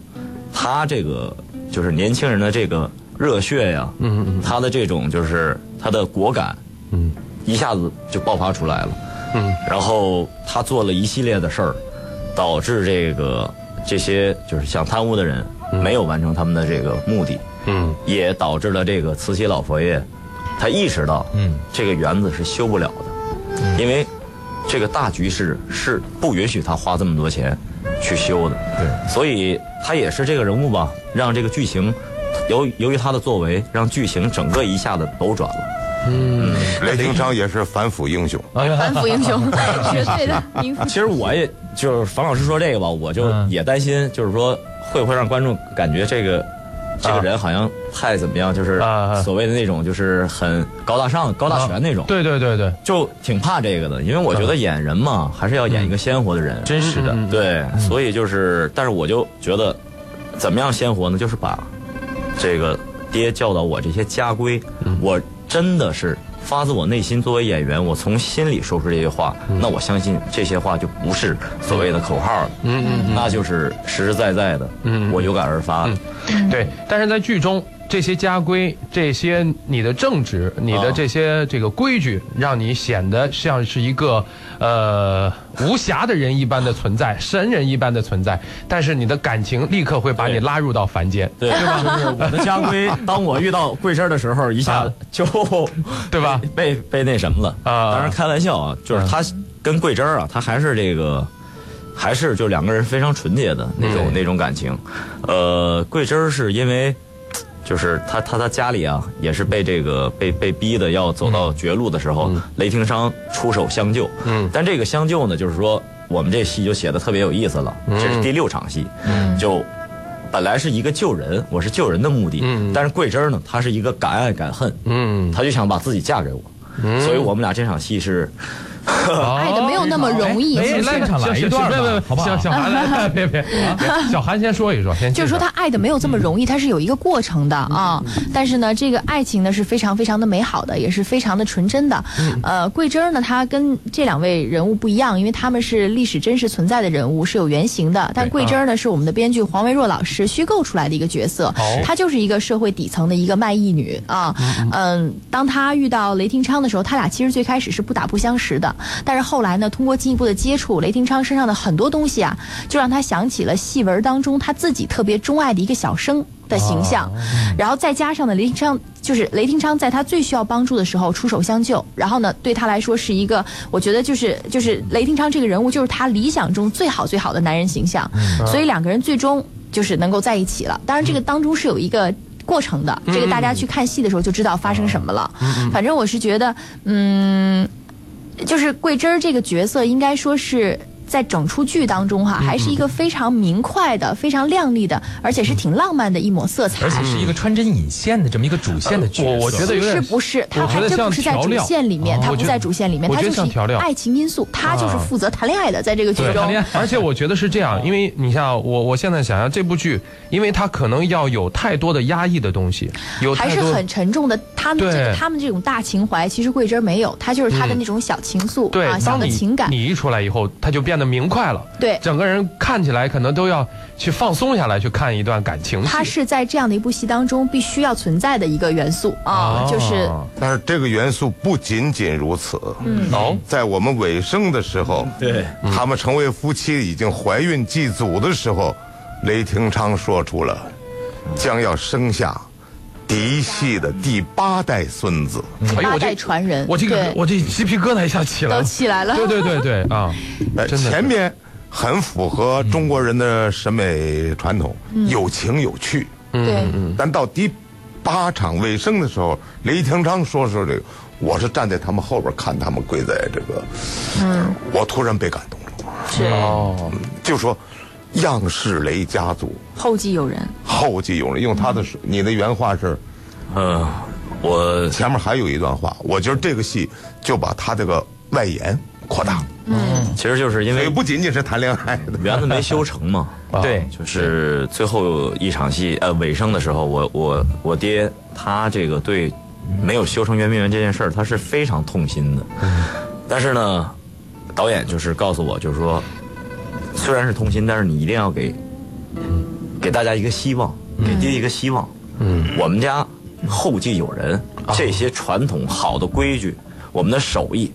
Speaker 3: 他这个就是年轻人的这个热血呀，嗯嗯，他的这种就是他的果敢，嗯，一下子就爆发出来了，嗯，然后他做了一系列的事儿，导致这个这些就是想贪污的人没有完成他们的这个目的，嗯，也导致了这个慈禧老佛爷，他意识到，嗯，这个园子是修不了的，因为这个大局势是不允许他花这么多钱去修的，对，所以他也是这个人物吧，让这个剧情由由于他的作为，让剧情整个一下子扭转了。
Speaker 8: 雷霆昌也是反腐英雄，
Speaker 2: 哎
Speaker 6: 反腐英雄
Speaker 7: <laughs>
Speaker 6: 绝 <laughs>
Speaker 7: 啊
Speaker 6: 对的英雄。
Speaker 3: <laughs> 其实我也就是樊老师说这个吧，我就
Speaker 7: 嗯
Speaker 3: 也担心，就是说会不会让观众感觉这个这个人好像太怎么样，就是
Speaker 7: 啊啊
Speaker 3: 所谓的那种就是很高大上、高大全那种，
Speaker 7: 对对对对，
Speaker 3: 就挺怕这个的，因为我觉得演人嘛，还是要演一个鲜嗯活的人，
Speaker 2: 真实的，
Speaker 3: 对，所以就是，但是我就觉得怎么样鲜活呢？就是把这个爹教导我这些家规，我真的是发自我内心。作为演员，我从心里说出这些话，那我相信这些话就不是所谓的口号了，嗯嗯，那就是实实在在的，嗯，我有感而发的。
Speaker 6: 嗯
Speaker 7: 对，但是在剧中这些家规、这些你的正直、你的
Speaker 3: 啊
Speaker 7: 这些这个规矩，让你显得像是一个呃无暇的人一般的存在，神人一般的存在。但是你的感情立刻会把你
Speaker 3: 对
Speaker 7: 拉入到凡间，
Speaker 3: 对，就是我的家规。当我遇到贵身的时候，一下就
Speaker 7: 啊对吧？
Speaker 3: 被被那什么了
Speaker 7: 啊
Speaker 3: 当然开玩笑啊，就是他跟桂枝儿啊，他还是这个，还是就两个人非常纯洁的那种、那种感情。呃，桂枝儿是因为。就是他，他他家里啊，也是被这个被被逼的要走到绝路的时候，雷霆商出手相救。嗯，但这个相救呢，就是说我们这戏就写的特别有意思了，这是第六场戏，就本来是一个救人，我是救人的目的，但是桂枝儿呢，她是一个敢爱敢恨，
Speaker 7: 嗯，
Speaker 3: 她就想把自己嫁给我，所以我们俩这场戏是，
Speaker 7: 嗯
Speaker 6: 爱的没有那么容易，
Speaker 2: 哎
Speaker 6: 是不
Speaker 2: 来
Speaker 6: 是
Speaker 2: 现场来一段吧
Speaker 7: 别别
Speaker 2: 好不好
Speaker 7: 小小韩来， <laughs> 别别，别小韩先说一说，先
Speaker 6: 就是说，
Speaker 7: 介
Speaker 6: 他
Speaker 7: 绍
Speaker 6: 爱的没有这么容易，他是有一个过程的啊。但是呢，这个爱情呢是非常非常的美好的，也是非常的纯真的。呃，桂枝儿呢，她跟这两位人物不一样，因为他们是历史真实存在的人物，是有原型的。但桂枝儿呢，是我们的编剧黄维若老师虚构出来的一个角色，她就是一个社会底层的一个卖艺女啊。哦嗯，当她遇到雷霆昌的时候，他俩其实最开始是不打不相识的，但是后来呢，通过进一步的接触，雷霆昌身上的很多东西啊，就让他想起了戏文当中他自己特别钟爱的一个小生的形象，然后再加上呢，雷霆昌就是雷霆昌在他最需要帮助的时候出手相救，然后呢，对他来说是一个，我觉得就是就是雷霆昌这个人物就是他理想中最好最好的男人形象，所以两个人最终就是能够在一起了。当然，这个当中是有一个。过程的，这个大家去看戏的时候就知道发生什么了。反正我是觉得，嗯，就是桂枝儿这个角色，应该说是在整出剧当中
Speaker 7: 嗯
Speaker 6: 哈，还是一个非常明快的、非常亮丽的，而
Speaker 7: 嗯
Speaker 6: 且是挺浪漫的一抹色彩
Speaker 2: 而。且是一个穿针引线的这么一个主线的角色。
Speaker 7: 呃我我觉得
Speaker 6: 其
Speaker 7: 有点
Speaker 6: 实不是，他
Speaker 7: 我觉
Speaker 6: 还
Speaker 7: 得
Speaker 6: 真
Speaker 7: 像
Speaker 6: 不是在
Speaker 7: 调
Speaker 6: 主
Speaker 7: 料
Speaker 6: 线里面，
Speaker 7: 啊
Speaker 6: 他
Speaker 7: 我
Speaker 6: 不
Speaker 7: 觉
Speaker 6: 在
Speaker 7: 得
Speaker 6: 主线里面，
Speaker 7: 我
Speaker 6: 他
Speaker 7: 觉得
Speaker 6: 就是
Speaker 7: 像调料啊
Speaker 6: 爱情因素，他就是负责谈恋爱的，在这个剧中。 <laughs>
Speaker 7: 而且我觉得是这样，因为你像我，我现在想想这部剧，因为它可能要有太多的压抑的东西，有
Speaker 6: 还
Speaker 7: 太
Speaker 6: 是
Speaker 7: 多
Speaker 6: 很沉重的，他们这
Speaker 7: 对嗯
Speaker 6: 个他们这种大情怀，其实桂枝儿没有，他就是他的那种小情愫、
Speaker 7: 对，
Speaker 6: 啊，小
Speaker 7: 当
Speaker 6: 的
Speaker 7: 你
Speaker 6: 情感。
Speaker 7: 你一出来以后，它就变得明快了，
Speaker 6: 对
Speaker 7: 整个人看起来可能都要去放松下来去看一段感情戏。
Speaker 6: 它是在这样的一部戏当中必须要存在的一个元素啊，
Speaker 7: 哦
Speaker 6: 就是
Speaker 8: 但是这个元素不仅仅如此。嗯，
Speaker 7: 哦，
Speaker 8: 在我们尾声的时候，
Speaker 3: 对，
Speaker 8: 他们成为夫妻已经怀孕祭祖的时候，雷霆昌说出了将要生下嫡系的第八代孙子。
Speaker 7: 哎呦，
Speaker 6: 八
Speaker 7: 我
Speaker 6: 代
Speaker 7: 这
Speaker 6: 传人，
Speaker 7: 我这个
Speaker 6: 对
Speaker 7: 我这鸡皮疙瘩一下起来
Speaker 6: 都
Speaker 7: 了，
Speaker 6: 起来了。
Speaker 7: 对对对对啊，
Speaker 6: <laughs>
Speaker 8: 呃
Speaker 7: 真的是
Speaker 8: 前面很符合中国人的审美传统，有情有趣。
Speaker 6: 对
Speaker 8: 但到第八场尾声的时候，雷霆昌说说这个，我是站在他们后边看他们跪在这个，嗯，我突然被感动了，嗯
Speaker 6: 是
Speaker 7: 哦，
Speaker 8: 就说样式雷家族
Speaker 6: 后继有人，
Speaker 8: 后继有人，用他的你的原话是，
Speaker 3: 嗯，我
Speaker 8: 前面还有一段话，我觉得这个戏就把他这个外延扩大，
Speaker 3: 其实就是因
Speaker 8: 所以
Speaker 3: 为
Speaker 8: 不仅仅是谈恋爱
Speaker 3: <laughs>
Speaker 8: 的，
Speaker 3: 园子没修成嘛，啊
Speaker 2: 对，
Speaker 3: 就是最后一场戏呃尾声的时候，我我我爹他这个对没有修成圆明园这件事儿，他是非常痛心的。但是呢，导演就是告诉我，就是说，虽然是痛心，但是你一定要给给大家一个希望，给爹一个希望。嗯，我们家后继有人，这些传统好的规矩，我们的手艺，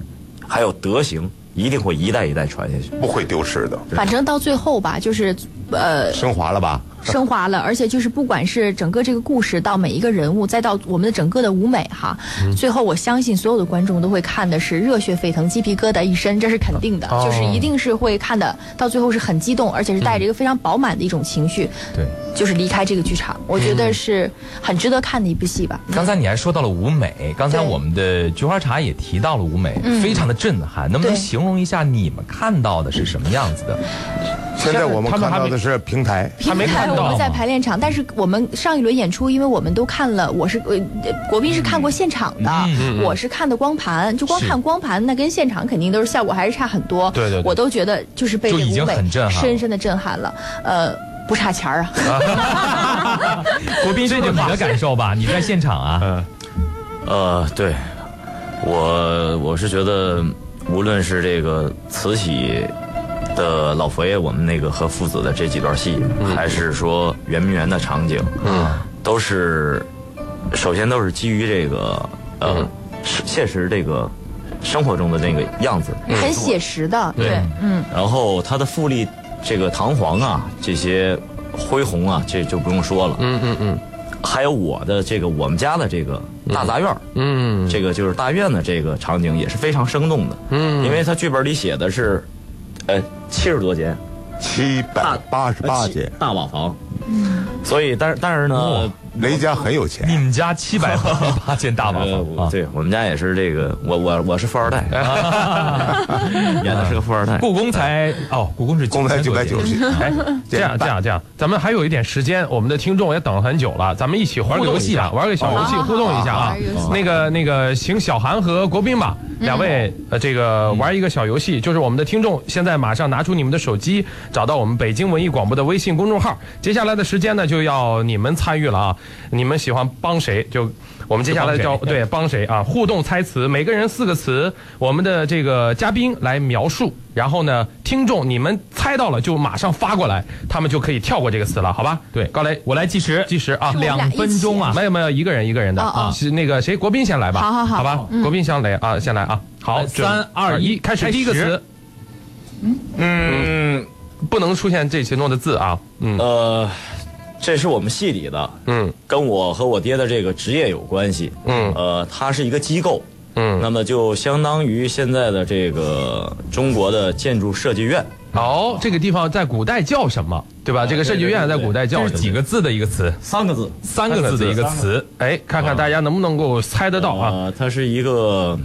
Speaker 3: 还有德行，一定会一代一代传下去。
Speaker 8: 不会丢失的，
Speaker 6: 反正到最后吧，就是呃，
Speaker 8: 升华了吧？
Speaker 6: 升华了，而且就是不管是整个这个故事到每一个人物，再到我们的整个的舞美哈，最后我相信所有的观众都会看的是热血沸腾、鸡皮疙瘩一身，这是肯定的，
Speaker 7: 哦
Speaker 6: 就是一定是会看的，到最后是很激动，而且是带着一个非常饱满的一种情绪，
Speaker 2: 对。
Speaker 6: 就是离开这个剧场，我觉得是很值得看的一部戏吧。
Speaker 2: 刚才你还说到了舞美，刚才
Speaker 6: 对嗯
Speaker 2: 我们的菊花茶也提到了舞美，非常的震撼。能不能
Speaker 6: 对
Speaker 2: 形容一下你们看到的是什么样子的？
Speaker 8: 现在我们
Speaker 7: 他
Speaker 8: 看
Speaker 7: 们还没
Speaker 8: 到的是平台，
Speaker 7: 还没看
Speaker 6: 我
Speaker 7: 到
Speaker 6: 们在
Speaker 7: 吗
Speaker 6: 排练场，但是我们上一轮演出，因为我们都看了，我是呃国宾是看过现场的，我是看的光盘，就光
Speaker 2: 是
Speaker 6: 看光盘，那跟现场肯定都是效果还是差很多。
Speaker 7: 对对对
Speaker 6: 我都觉得就是被
Speaker 2: 就
Speaker 6: 这
Speaker 2: 已经
Speaker 6: 舞美
Speaker 2: 很震撼了
Speaker 6: 深深的震撼了。呃，不差钱儿啊，
Speaker 2: 国斌，这是你的感受
Speaker 8: <laughs>
Speaker 2: 吧？你在现场啊，
Speaker 8: 嗯
Speaker 3: 呃，对，我我是觉得，无论是这个慈禧的老佛爷，我们那个和父子的这几段戏，还是说圆明园的场景，嗯，都是首先都是基于这个呃、是现实这个生活中的那个样子，
Speaker 6: 很写实的，对，嗯，
Speaker 3: 然后它的富丽、这个堂皇啊，这些恢宏啊，这就不用说了。嗯嗯嗯。还有我的这个我们家的这个大杂院嗯，这个就是大院的这个场景也是非常生动的。嗯，因为它剧本里写的是，呃，七十多间
Speaker 8: 七百八十八
Speaker 3: 呃
Speaker 8: 节
Speaker 3: 七，大瓦房，所以但是但是呢，
Speaker 8: 雷家很有
Speaker 2: 你
Speaker 8: 钱，
Speaker 2: 们家七百八间大瓦
Speaker 3: 呃，
Speaker 2: 房
Speaker 3: 我
Speaker 2: 啊，
Speaker 3: 对我们家也是这个，我我我是富二代，演的是个富二代。
Speaker 2: 故宫才哦，故宫是
Speaker 8: 公开九百九
Speaker 2: 990间。
Speaker 8: 十七，
Speaker 7: 哎，这样这样这样，咱们还有一点时间，我们的听众也等了很久了，咱们一起玩个游戏啊，玩个小游戏
Speaker 6: 好好好
Speaker 7: 互动一下
Speaker 6: 好好
Speaker 7: 啊
Speaker 6: 哦玩游戏。
Speaker 7: 那个那个，请小韩和国斌吧，两位呃，这个玩一个小游戏，就是我们的听众现在马上拿出你们的手机，找到我们北京文艺广播的微信公众号。接下来的时间呢，就要你们参与了啊，你们喜欢帮谁就。我们接下来
Speaker 2: 就
Speaker 7: 叫
Speaker 2: 帮谁
Speaker 7: 对帮谁啊？互动猜词，每个人四个词，我们的这个嘉宾来描述，然后呢，听众你们猜到了就马上发过来，他们就可以跳过这个词了，好吧？
Speaker 2: 对
Speaker 7: 高雷，
Speaker 2: 我来计时，
Speaker 7: 计时啊
Speaker 6: 是，我们俩
Speaker 2: 两分钟啊
Speaker 6: 一起。
Speaker 7: 没有没有，一个人一个人的
Speaker 6: 哦哦
Speaker 7: 啊，是那个谁，国斌先来吧，
Speaker 6: 好好嗯好
Speaker 7: 吧，国斌先来啊，先来啊，好，
Speaker 2: 来三
Speaker 7: 准
Speaker 2: 二一
Speaker 7: 开始
Speaker 2: 开始
Speaker 7: 第一个词，
Speaker 3: 嗯，
Speaker 7: 不能出现这其中的字啊，嗯
Speaker 3: 呃，这是我们系里的，
Speaker 7: 嗯，
Speaker 3: 跟我和我爹的这个职业有关系。
Speaker 7: 嗯
Speaker 3: 呃，它是一个机构，
Speaker 7: 嗯，
Speaker 3: 那么就相当于现在的这个中国的建筑设计院。
Speaker 7: 哦，这个地方在古代叫什么？对吧？这个设计院在古代叫
Speaker 2: 这
Speaker 7: 什
Speaker 2: 是
Speaker 7: 么？
Speaker 2: 几个字的一个词，
Speaker 3: 三个字
Speaker 2: 三个字的一个词，
Speaker 7: 哎，看看大家能不能够猜得到啊？
Speaker 3: 呃，它是一个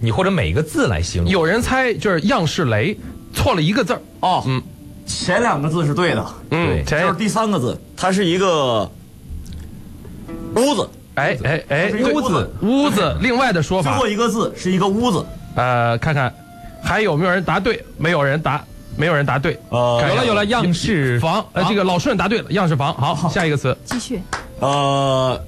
Speaker 2: 你或者每一个字来形容。
Speaker 7: 有人猜就是样式雷，错了一个字儿。
Speaker 3: 哦，
Speaker 7: 嗯，
Speaker 3: 前两个字是对的，
Speaker 7: 嗯，
Speaker 2: 对
Speaker 1: 哎
Speaker 7: 前
Speaker 3: 就是第三个字，它是一个屋子，
Speaker 7: 哎哎哎
Speaker 3: 这是一个屋子
Speaker 7: 屋子，另外的
Speaker 1: 啊
Speaker 7: 说
Speaker 3: 最
Speaker 7: 法
Speaker 3: 后，一个字是一个屋子。
Speaker 7: 呃，看看还有没有人答对？没有人答，没有人答对。
Speaker 3: 呃，
Speaker 7: 看一
Speaker 2: 有
Speaker 7: 下
Speaker 2: 了有了，样式
Speaker 7: 房，呃，这个老顺答对了，样式房。好，下一个词
Speaker 6: 继续，
Speaker 3: 呃，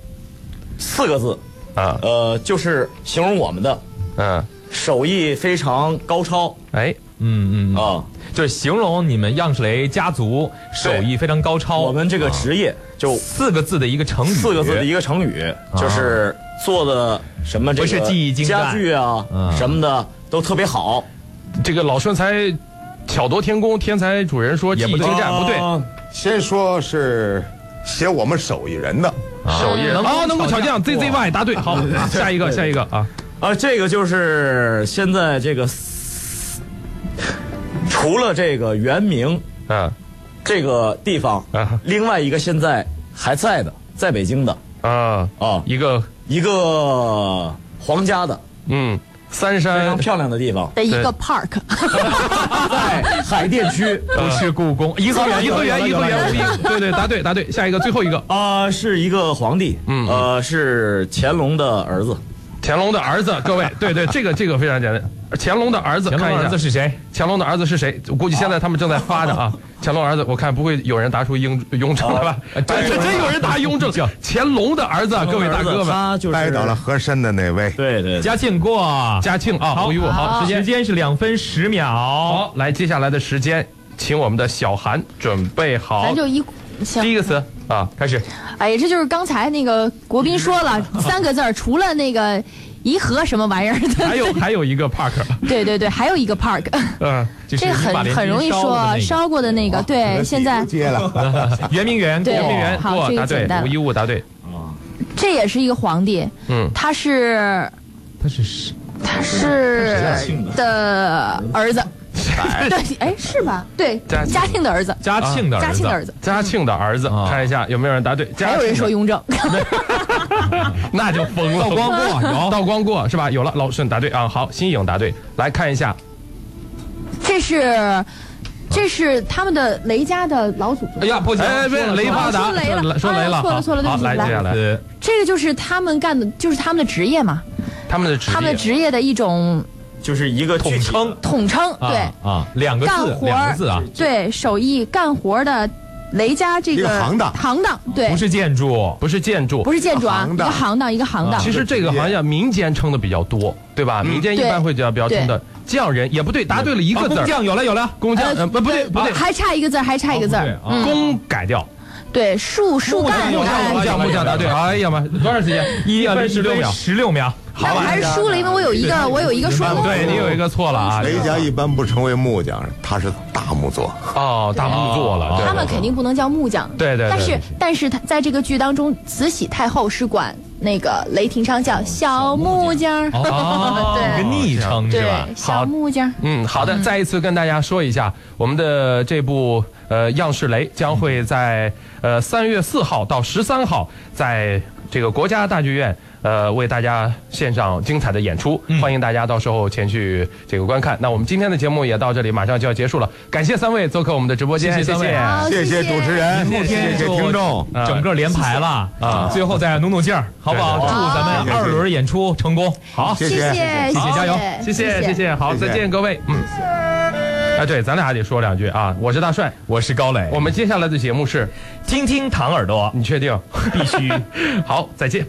Speaker 3: 四个字，
Speaker 7: 啊，
Speaker 3: 呃，就是形容我们的
Speaker 7: 嗯，
Speaker 3: 手艺非常高超
Speaker 7: 哎，
Speaker 2: 嗯嗯，嗯
Speaker 3: 啊。
Speaker 2: 就是形容你们样式雷家族手艺非常高超。
Speaker 3: 我们这个职业就
Speaker 2: 四个字的一个成语，啊
Speaker 3: 四个字的一个成语，就是做的什么这
Speaker 2: 不是
Speaker 3: 个
Speaker 2: 技艺精湛
Speaker 3: 家具啊
Speaker 2: 嗯
Speaker 3: 什么的都特别好，
Speaker 7: 这个老顺才巧夺天工，天才主人说技
Speaker 2: 也
Speaker 7: 艺
Speaker 2: 不对
Speaker 7: 精
Speaker 3: 啊
Speaker 7: 湛，不哦对，
Speaker 8: 先说是写我们手艺人的，
Speaker 7: 手艺人
Speaker 2: 能
Speaker 7: 哦，能够巧匠
Speaker 2: 哇
Speaker 7: Z Z Y 答对，好，下一个下一个啊，
Speaker 3: 啊，这个就是现在这个四除了这个圆明
Speaker 7: 嗯
Speaker 3: 这个地方
Speaker 7: 啊，
Speaker 3: 另外一个现在还在的，在北京的
Speaker 7: 啊，
Speaker 3: 啊，
Speaker 7: 一个
Speaker 3: 一个皇家的
Speaker 7: 嗯，三
Speaker 3: 非
Speaker 7: 山
Speaker 3: 常漂亮的地方，
Speaker 6: 的一
Speaker 7: 对
Speaker 6: 个 park，
Speaker 7: 啊
Speaker 3: 在海
Speaker 7: <laughs>
Speaker 3: 淀区
Speaker 8: 呃
Speaker 2: 不是故宫，颐和
Speaker 8: <laughs>
Speaker 2: 园，
Speaker 7: 颐和园，颐
Speaker 2: 有
Speaker 7: 和园，无
Speaker 2: 了有了有了
Speaker 7: 一，对对，答对答对，下一个最后一个，
Speaker 3: 啊，是一个皇帝，
Speaker 7: 嗯
Speaker 3: 呃，是乾隆的儿子。
Speaker 7: 乾隆的儿子，各位，对对，这个这个非常简单。乾隆的儿子，
Speaker 2: 乾
Speaker 7: 看
Speaker 2: 隆
Speaker 7: 一下
Speaker 2: 儿子是谁？
Speaker 7: 乾隆的儿子是谁？我估计现在他们正在发着啊。乾隆儿子，我看不会有人答出雍雍正了吧？哎真真有人答雍正，乾隆的儿子，啊各位大哥们，
Speaker 3: 他就是
Speaker 8: 掰倒了和珅的那位，
Speaker 3: 对对，
Speaker 2: 嘉庆过，
Speaker 7: 嘉庆啊，
Speaker 2: 好
Speaker 7: 吴一武，好，时
Speaker 2: 时
Speaker 7: 间
Speaker 2: 间是两分十秒。
Speaker 7: 好，来，接下来的时间，请我们的小韩准备好
Speaker 6: 咱就一行
Speaker 7: 第。一个词啊，
Speaker 2: 开始，
Speaker 6: 哎呀，这就是刚才那个国斌说了三个字儿，除了那个颐和什么玩意儿
Speaker 7: <laughs>
Speaker 6: 的。
Speaker 7: 还有还有一个 park，
Speaker 6: 对对对，还有一个 park，
Speaker 7: 嗯，就是
Speaker 6: 这个
Speaker 2: 把
Speaker 6: 很
Speaker 2: 连
Speaker 6: 很容易
Speaker 2: 烧
Speaker 6: 说
Speaker 2: 了的那个哦
Speaker 6: 烧过的那个，对，现在
Speaker 8: 接了， <laughs>
Speaker 7: 圆明园，
Speaker 6: 对
Speaker 7: 圆明园，
Speaker 6: 好
Speaker 7: 不
Speaker 6: 这个
Speaker 7: 答对
Speaker 6: 简，单
Speaker 7: 五一五答对，
Speaker 6: 这也是一个皇帝，
Speaker 7: 嗯，
Speaker 6: 他是
Speaker 2: 它是
Speaker 7: <laughs>
Speaker 2: 是
Speaker 6: 他是的儿子，对，哎，是吧？对，
Speaker 7: 嘉庆
Speaker 6: 嘉庆的儿子，
Speaker 2: 嘉庆的儿子，
Speaker 6: 嘉庆的儿
Speaker 8: 哦
Speaker 6: 子，
Speaker 7: 嘉庆的儿子，
Speaker 2: 啊
Speaker 7: 看一下有没有人答对，
Speaker 6: 还
Speaker 7: 嘉
Speaker 6: 有人
Speaker 7: 庆
Speaker 6: 说
Speaker 7: 的，
Speaker 6: 雍
Speaker 2: <laughs>
Speaker 6: 正，
Speaker 7: 那就疯了，
Speaker 2: 道光过有
Speaker 7: 道光过是吧？有了，老顺答对啊，好，新颖答对，来看一下，
Speaker 6: 这
Speaker 2: 啊
Speaker 6: 是这是他们的雷家的老祖宗
Speaker 2: 哎。呀，不行，说
Speaker 7: 哎，不
Speaker 2: 了
Speaker 7: 雷发达
Speaker 6: 说雷了
Speaker 7: 说雷了，
Speaker 6: 哎错了
Speaker 7: 好
Speaker 6: 错了对不
Speaker 7: 好，
Speaker 6: 起
Speaker 7: 来
Speaker 6: 来
Speaker 7: 接下来
Speaker 2: 呃，
Speaker 6: 这个就是他们干的，就是他们的职业嘛，
Speaker 7: 他们的职业，
Speaker 6: 他们的职业的一种
Speaker 3: 就是一个
Speaker 2: 统
Speaker 3: 具体的
Speaker 2: 称
Speaker 6: 统称。
Speaker 2: 啊
Speaker 6: 对
Speaker 2: 啊，两个
Speaker 6: 干
Speaker 2: 字，
Speaker 6: 活
Speaker 2: 两
Speaker 6: 儿
Speaker 2: 个字啊，
Speaker 6: 对，手艺干活的雷家这
Speaker 8: 一
Speaker 6: 个
Speaker 8: 个行当
Speaker 6: 行当对，
Speaker 2: 不是建筑，
Speaker 7: 不是建筑，
Speaker 6: 不是建筑啊，一
Speaker 8: 行
Speaker 6: 个
Speaker 8: 当
Speaker 6: 行当一个行当。
Speaker 7: 啊其实这个行业民间称的比较多，对
Speaker 2: 嗯
Speaker 7: 吧？民间一般会比较比较称的匠人，也不对，答对了一
Speaker 2: 啊
Speaker 7: 个字
Speaker 2: 工
Speaker 7: 儿，
Speaker 2: 匠有了有了，
Speaker 7: 工匠，呃，不不对不对，
Speaker 6: 哎还嗯差一个字儿，还差一个字儿。
Speaker 2: 哦不对啊
Speaker 7: 工改掉，
Speaker 6: 对，树树干
Speaker 2: 有
Speaker 6: 干
Speaker 2: 有
Speaker 7: 木
Speaker 2: 有
Speaker 7: 匠木匠答对，哎呀妈，多长时间？一分十六秒，啊
Speaker 2: 十六秒，
Speaker 6: 但我哎还是输了，因为我有一个，我有一个说漏。
Speaker 7: 对你有一个错了啊，
Speaker 8: 雷家一般不成为木匠，他是大木作。
Speaker 7: 哦，大木作了，对
Speaker 6: 他们肯定不能叫木匠，
Speaker 7: 对对对
Speaker 6: 但
Speaker 7: 对
Speaker 6: 是但是他在这个剧当中，慈禧太后是管那个雷霆昌叫小木匠，
Speaker 2: 哦，一
Speaker 6: <laughs>
Speaker 2: 个
Speaker 6: 对
Speaker 2: 昵称是吧
Speaker 6: 对？，小木匠。
Speaker 7: 嗯，好的，再一次跟大家说一下，我们的这部呃《样式雷》将会在呃三月四号到十三号在这个国家大剧院。呃，为大家献上精彩的演出，欢迎大家到时候前去这个观看。那我们今天的节目也到这里，马上就要结束了，感谢三位做客我们的直播间，
Speaker 2: 谢谢
Speaker 7: 谢
Speaker 2: 三位
Speaker 6: 好，
Speaker 8: 谢
Speaker 6: 哦谢
Speaker 8: 谢主持。人，
Speaker 2: 后天
Speaker 8: 谢谢
Speaker 2: 就
Speaker 8: 听众。
Speaker 2: 整个连排了啊，最后再努努劲儿，好不好？
Speaker 7: 对
Speaker 2: 祝
Speaker 7: 对
Speaker 2: 咱
Speaker 8: 谢
Speaker 2: 们
Speaker 8: 谢
Speaker 2: 二轮演出成功，好，
Speaker 8: 谢
Speaker 6: 谢
Speaker 8: 谢
Speaker 6: 谢
Speaker 2: 谢加油
Speaker 7: 谢谢谢。谢，好，
Speaker 8: 谢谢
Speaker 7: 再见各位，嗯。哎，对，咱俩还得说两句啊，我是大帅，
Speaker 2: 我是高磊，
Speaker 7: 我们接下来的节目是，
Speaker 2: 听听糖耳朵，
Speaker 7: 你确定？
Speaker 2: 必须。
Speaker 7: <laughs> 好，再见。